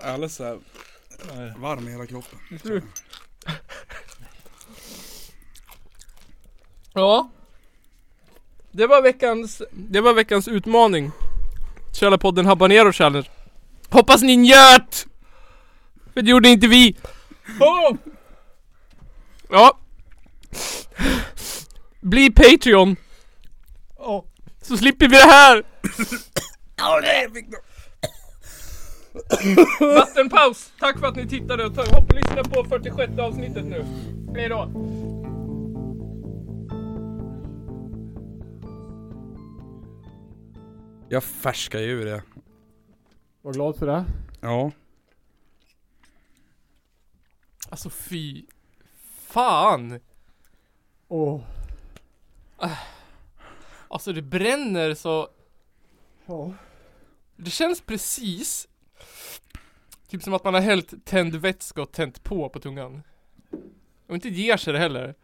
Jag är alldeles så här varm i hela kroppen.
Ja. Det var veckans, det var veckans utmaning. Källarpodden Habanero Challenge. Hoppas ni njöt! För det gjorde inte vi.
Åh!
Ja. Bli Patreon.
Åh.
Så slipper vi det här. Vattenpaus. Tack för att ni tittade och ta- hopp och lyssna på 46 avsnittet nu. Hejdå.
Jag färskar ju ur det.
Var glad för det.
Ja.
Alltså fy. Fan. Äh.
Åh.
Alltså det bränner så
Ja.
Det känns precis Typ som att man har hällt tänd vätska och tänt på på tungan Och inte ger sig det heller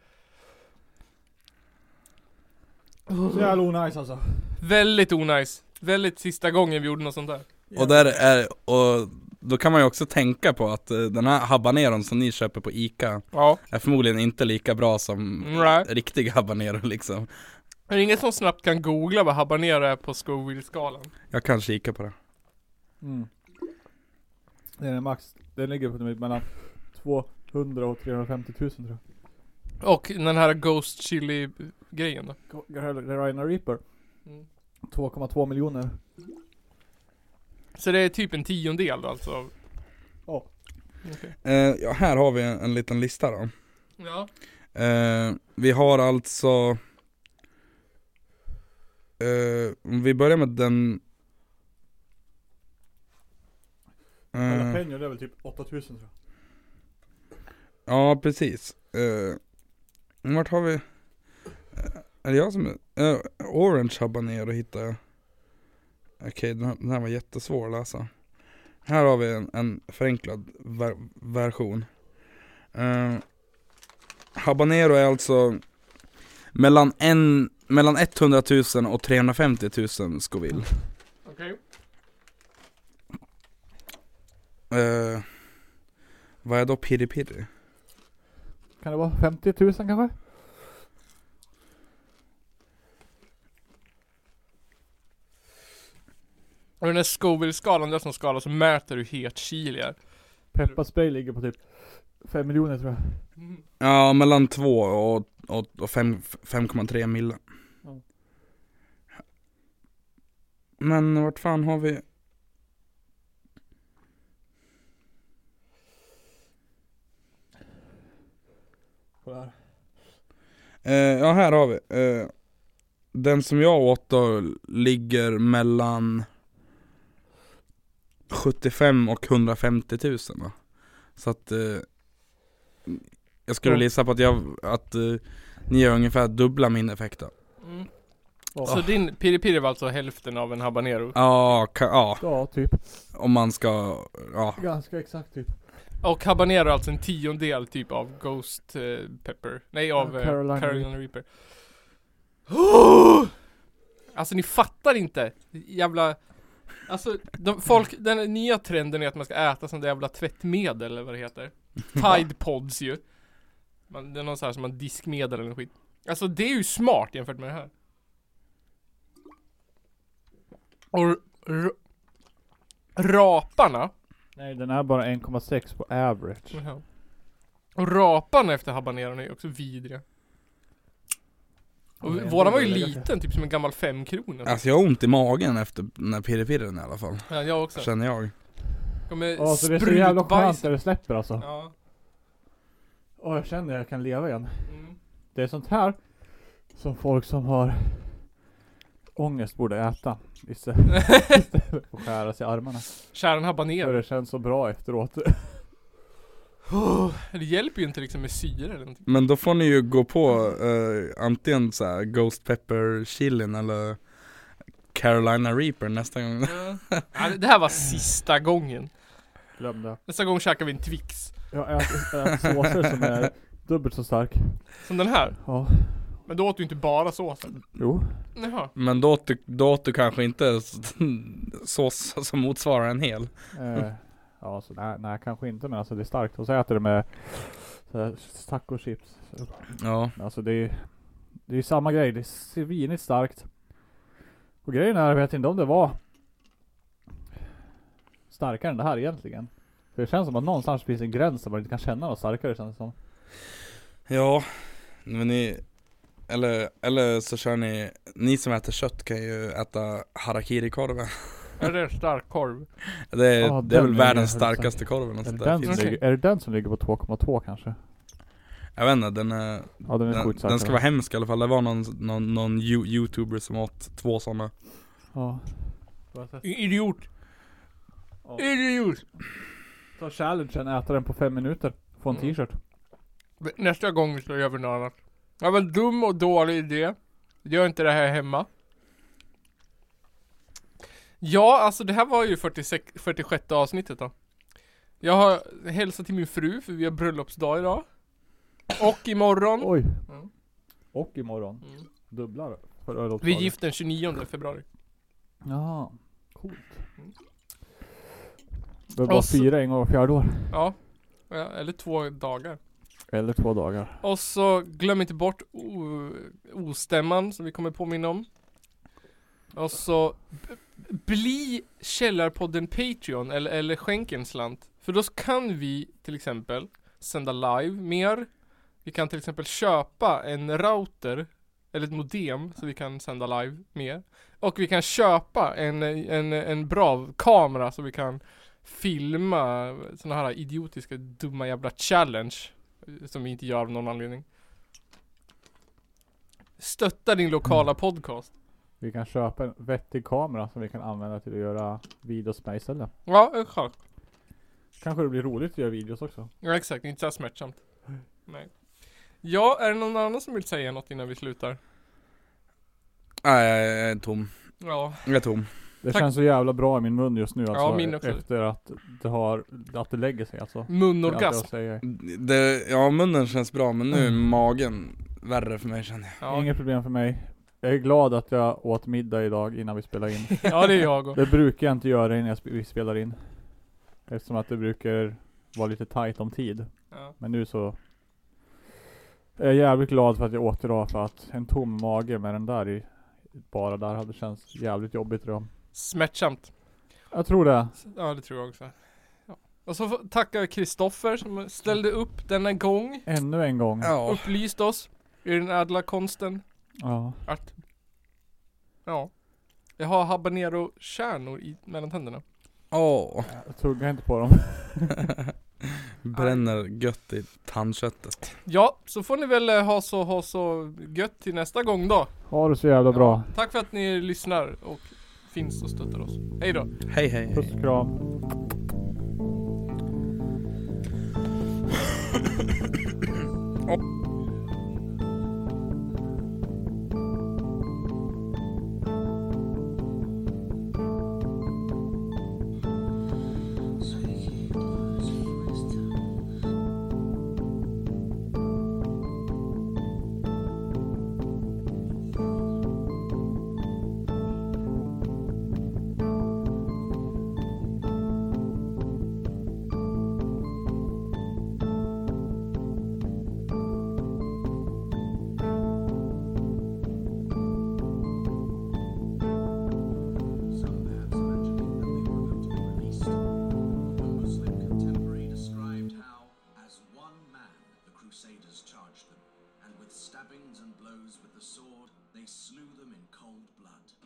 Så jävla onajs alltså.
Väldigt onajs Väldigt sista gången vi gjorde något sånt där
Och där är, och då kan man ju också tänka på att eh, den här habaneron som ni köper på Ica
Ja
är förmodligen inte lika bra som
Nej
riktig habanero liksom.
Är det ingen som snabbt kan googla vad habanero är på Scoville-skalan?
Jag kan kika på det.
Mm. Den är max, den ligger på typ mellan 200 och 350 000 tror jag.
Och den här Ghost Chili-grejen då
Carolina Reaper.
Mm.
2,2 miljoner.
Så det är typ en tiondel då alltså? av-
Ja.
Okej.
Eh, ja, här har vi en, en liten lista då.
Ja.
Eh, vi har alltså eh, om Vi börjar med den eh,
pengar det är väl typ 8000 tror jag.
Ja precis eh, Vart har vi eh, Är det jag som är eh, Orange habanero hittar jag Okej den, här, den här var jättesvår att läsa Här har vi en, en förenklad ver version eh, Habanero är alltså mellan, en, mellan 100 000 och 350 000 Scoville.
Okej.
Eh, vad är då piri piri?
Kan det vara 50 000 kanske?
Och den här Scoville-skalan, det är som skala som mäter hur het chili är.
Pepparspray ligger på typ 5 miljoner tror jag.
Ja, mellan 2 och, och, och fem- 5,3 mille.
Ja.
Men vart fan har vi?
Kolla här.
Eh, ja, här har vi. Eh, den som jag åt då ligger mellan 75 och 150 000 då. Så att eh, jag skulle
Ja.
gissa på att, jag, att eh, ni har ungefär dubbla min effekt då.
Mm.
Ja.
Så din piri piri var alltså hälften av en habanero?
Ja, ka, ja,
Ja, typ.
om man ska, ja.
Ganska exakt typ.
Och habanero är alltså en tiondel typ av Ghost eh, Pepper. Nej av eh,
Carolina
Carolina, Reaper. Oh! Alltså ni fattar inte. Jävla... Alltså de, folk, den nya trenden är att man ska äta sånt där jävla tvättmedel eller vad det heter. Tide Pods ju. Man, det är någon sån här som man diskmedel eller skit. Alltså det är ju smart jämfört med det här. Och r- r- raparna
Nej den är bara 1,6 på average.
Jaha. Och raparna efter habaneron är ju också vidriga. Och
Ja,
våran var ju
det är läget.
liten, typ som en gammal femkrona.
Alltså jag har ont i magen efter den här pirrepirren i alla fall,
Ja, jag också.
känner jag.
Kommer
Ja, så det är så jävla skönt
sprutbajs.
när det släpper alltså. Ja,
Ja.
jag känner jag kan leva igen.
Mm.
Det är sånt här som folk som har ångest borde äta. Istället istället för att skära sig i armarna.
Kära en
För
habanero.
det känns så bra efteråt.
Det hjälper ju inte liksom med syre eller någonting.
Men då får ni ju gå på eh, antingen så här Ghost Pepper Chilin eller Carolina Reaper nästa gång.
Ja, det- det
Mm.
här var sista gången.
Glöm det.
Nästa gång käkar vi en Twix.
Jag äter, jag äter såser som är dubbelt så stark.
Som den här.
Ja.
Men då åt du inte bara såsen.
Jo.
Jaha.
Men då åt, du, då åt du kanske inte s- sås som motsvarar en hel.
Eh, ja, så nej, nej, kanske inte men alltså det är starkt. Och så äter det med så här tacochips.
Ja.
Men Alltså det är det är ju samma grej. Det är svinigt starkt. Och grejen är, jag vet inte om det var starkare än det här egentligen. För det känns som att någonstans finns en gräns där man inte kan känna något starkare känns det som.
Ja, men ni eller, eller så kör ni, ni som äter kött kan ju äta harakiri-korven.
Är det en stark korv?
Det är,
Ja,
det är väl
den
världens
är jävligt stark.
starkaste korven och
Är det,
sånt Alltså, där.
den
finns.
som
Okej.
ligger, är det den som ligger på 2,2 kanske?
Jag vet inte, den är,
Ja den är
den,
sjukt stark.
den ska vara hemsk i alla fall. Det var någon, någon, någon you- youtuber som åt två sådana.
Ja.
I- Idiot.
Ja.
Idiot.
Ta challengen, äta den på fem minuter. Få en
Mm.
t-shirt.
Nästa gång så gör vi något annat. Det var en dum och dålig idé. Gör inte det här hemma. Ja, alltså det här var ju 46, 46 avsnittet då. Jag har hälsat till min fru för vi har bröllopsdag idag. Och imorgon.
Oj.
Mm.
Och imorgon.
Mm.
Dubblar. För örlogsdagen.
Vi är gift den 29 februari.
Jaha. Coolt.
Mm.
Behöver bara
Och så-
fira en gång var fjärde år.
Ja. Ja, Eller två dagar.
Eller två dagar.
Och så glöm inte bort o- ostämman som vi kommer påminna om. Och så b- bli Källarpodden Patreon eller, eller skänk en slant. För då kan vi till exempel sända live mer. Vi kan till exempel köpa en router eller ett modem så vi kan sända live mer. Och vi kan köpa en, en, en bra kamera så vi kan filma sådana här idiotiska dumma jävla challenge eh, som vi inte gör av någon anledning. Stötta din lokala podcast.
Vi kan köpa en vettig kamera som vi kan använda till att göra videos med istället.
Ja, exakt.
Kanske det blir roligt att göra videos också.
Ja, exakt. Inte så här smärtsamt. Nej. Ja, är det någon annan som vill säga något innan vi slutar?
Nej, jag är tom.
Ja,
Jag är tom.
Det
Tack.
känns så jävla bra i min mun just nu alltså.
min också.
Efter att det har, att det lägger sig alltså. Det är allt jag
munorgasm.
säger.
Det, ja, munnen känns bra men nu är magen värre för mig känner jag.
Ja,
Inget problem för mig. Jag är glad att jag åt middag idag innan vi spelar in.
ja, det är jag och.
Det brukar jag inte göra innan jag sp- vi spelar in. Eftersom att det brukar vara lite tight om tid.
Ja.
Men nu så är jag jävligt glad för att jag åt idag för att en tom mage med den där i bara där hade känts jävligt jobbigt idag.
Smärtsamt.
Jag tror det.
Ja, det tror jag också. Ja. Och så får- tackar vi Kristoffer som ställde upp denna gång.
Ännu en gång.
Ja.
Upplyst oss i den ädla konsten
Ja.
att... Ja. Jag har habanero-kärnor i mellan tänderna.
Åh.
Jag tuggar inte på dem.
Bränner gött i tandköttet.
Ja, så får ni väl eh, ha så, ha så gött till nästa gång då.
Ha det så jävla bra.
Ja, tack för att ni lyssnar och finns och stöttar oss. Hej då.
Hej hej hej.
Puss kram.
Stabbings and blows with the sword, they slew them in cold blood.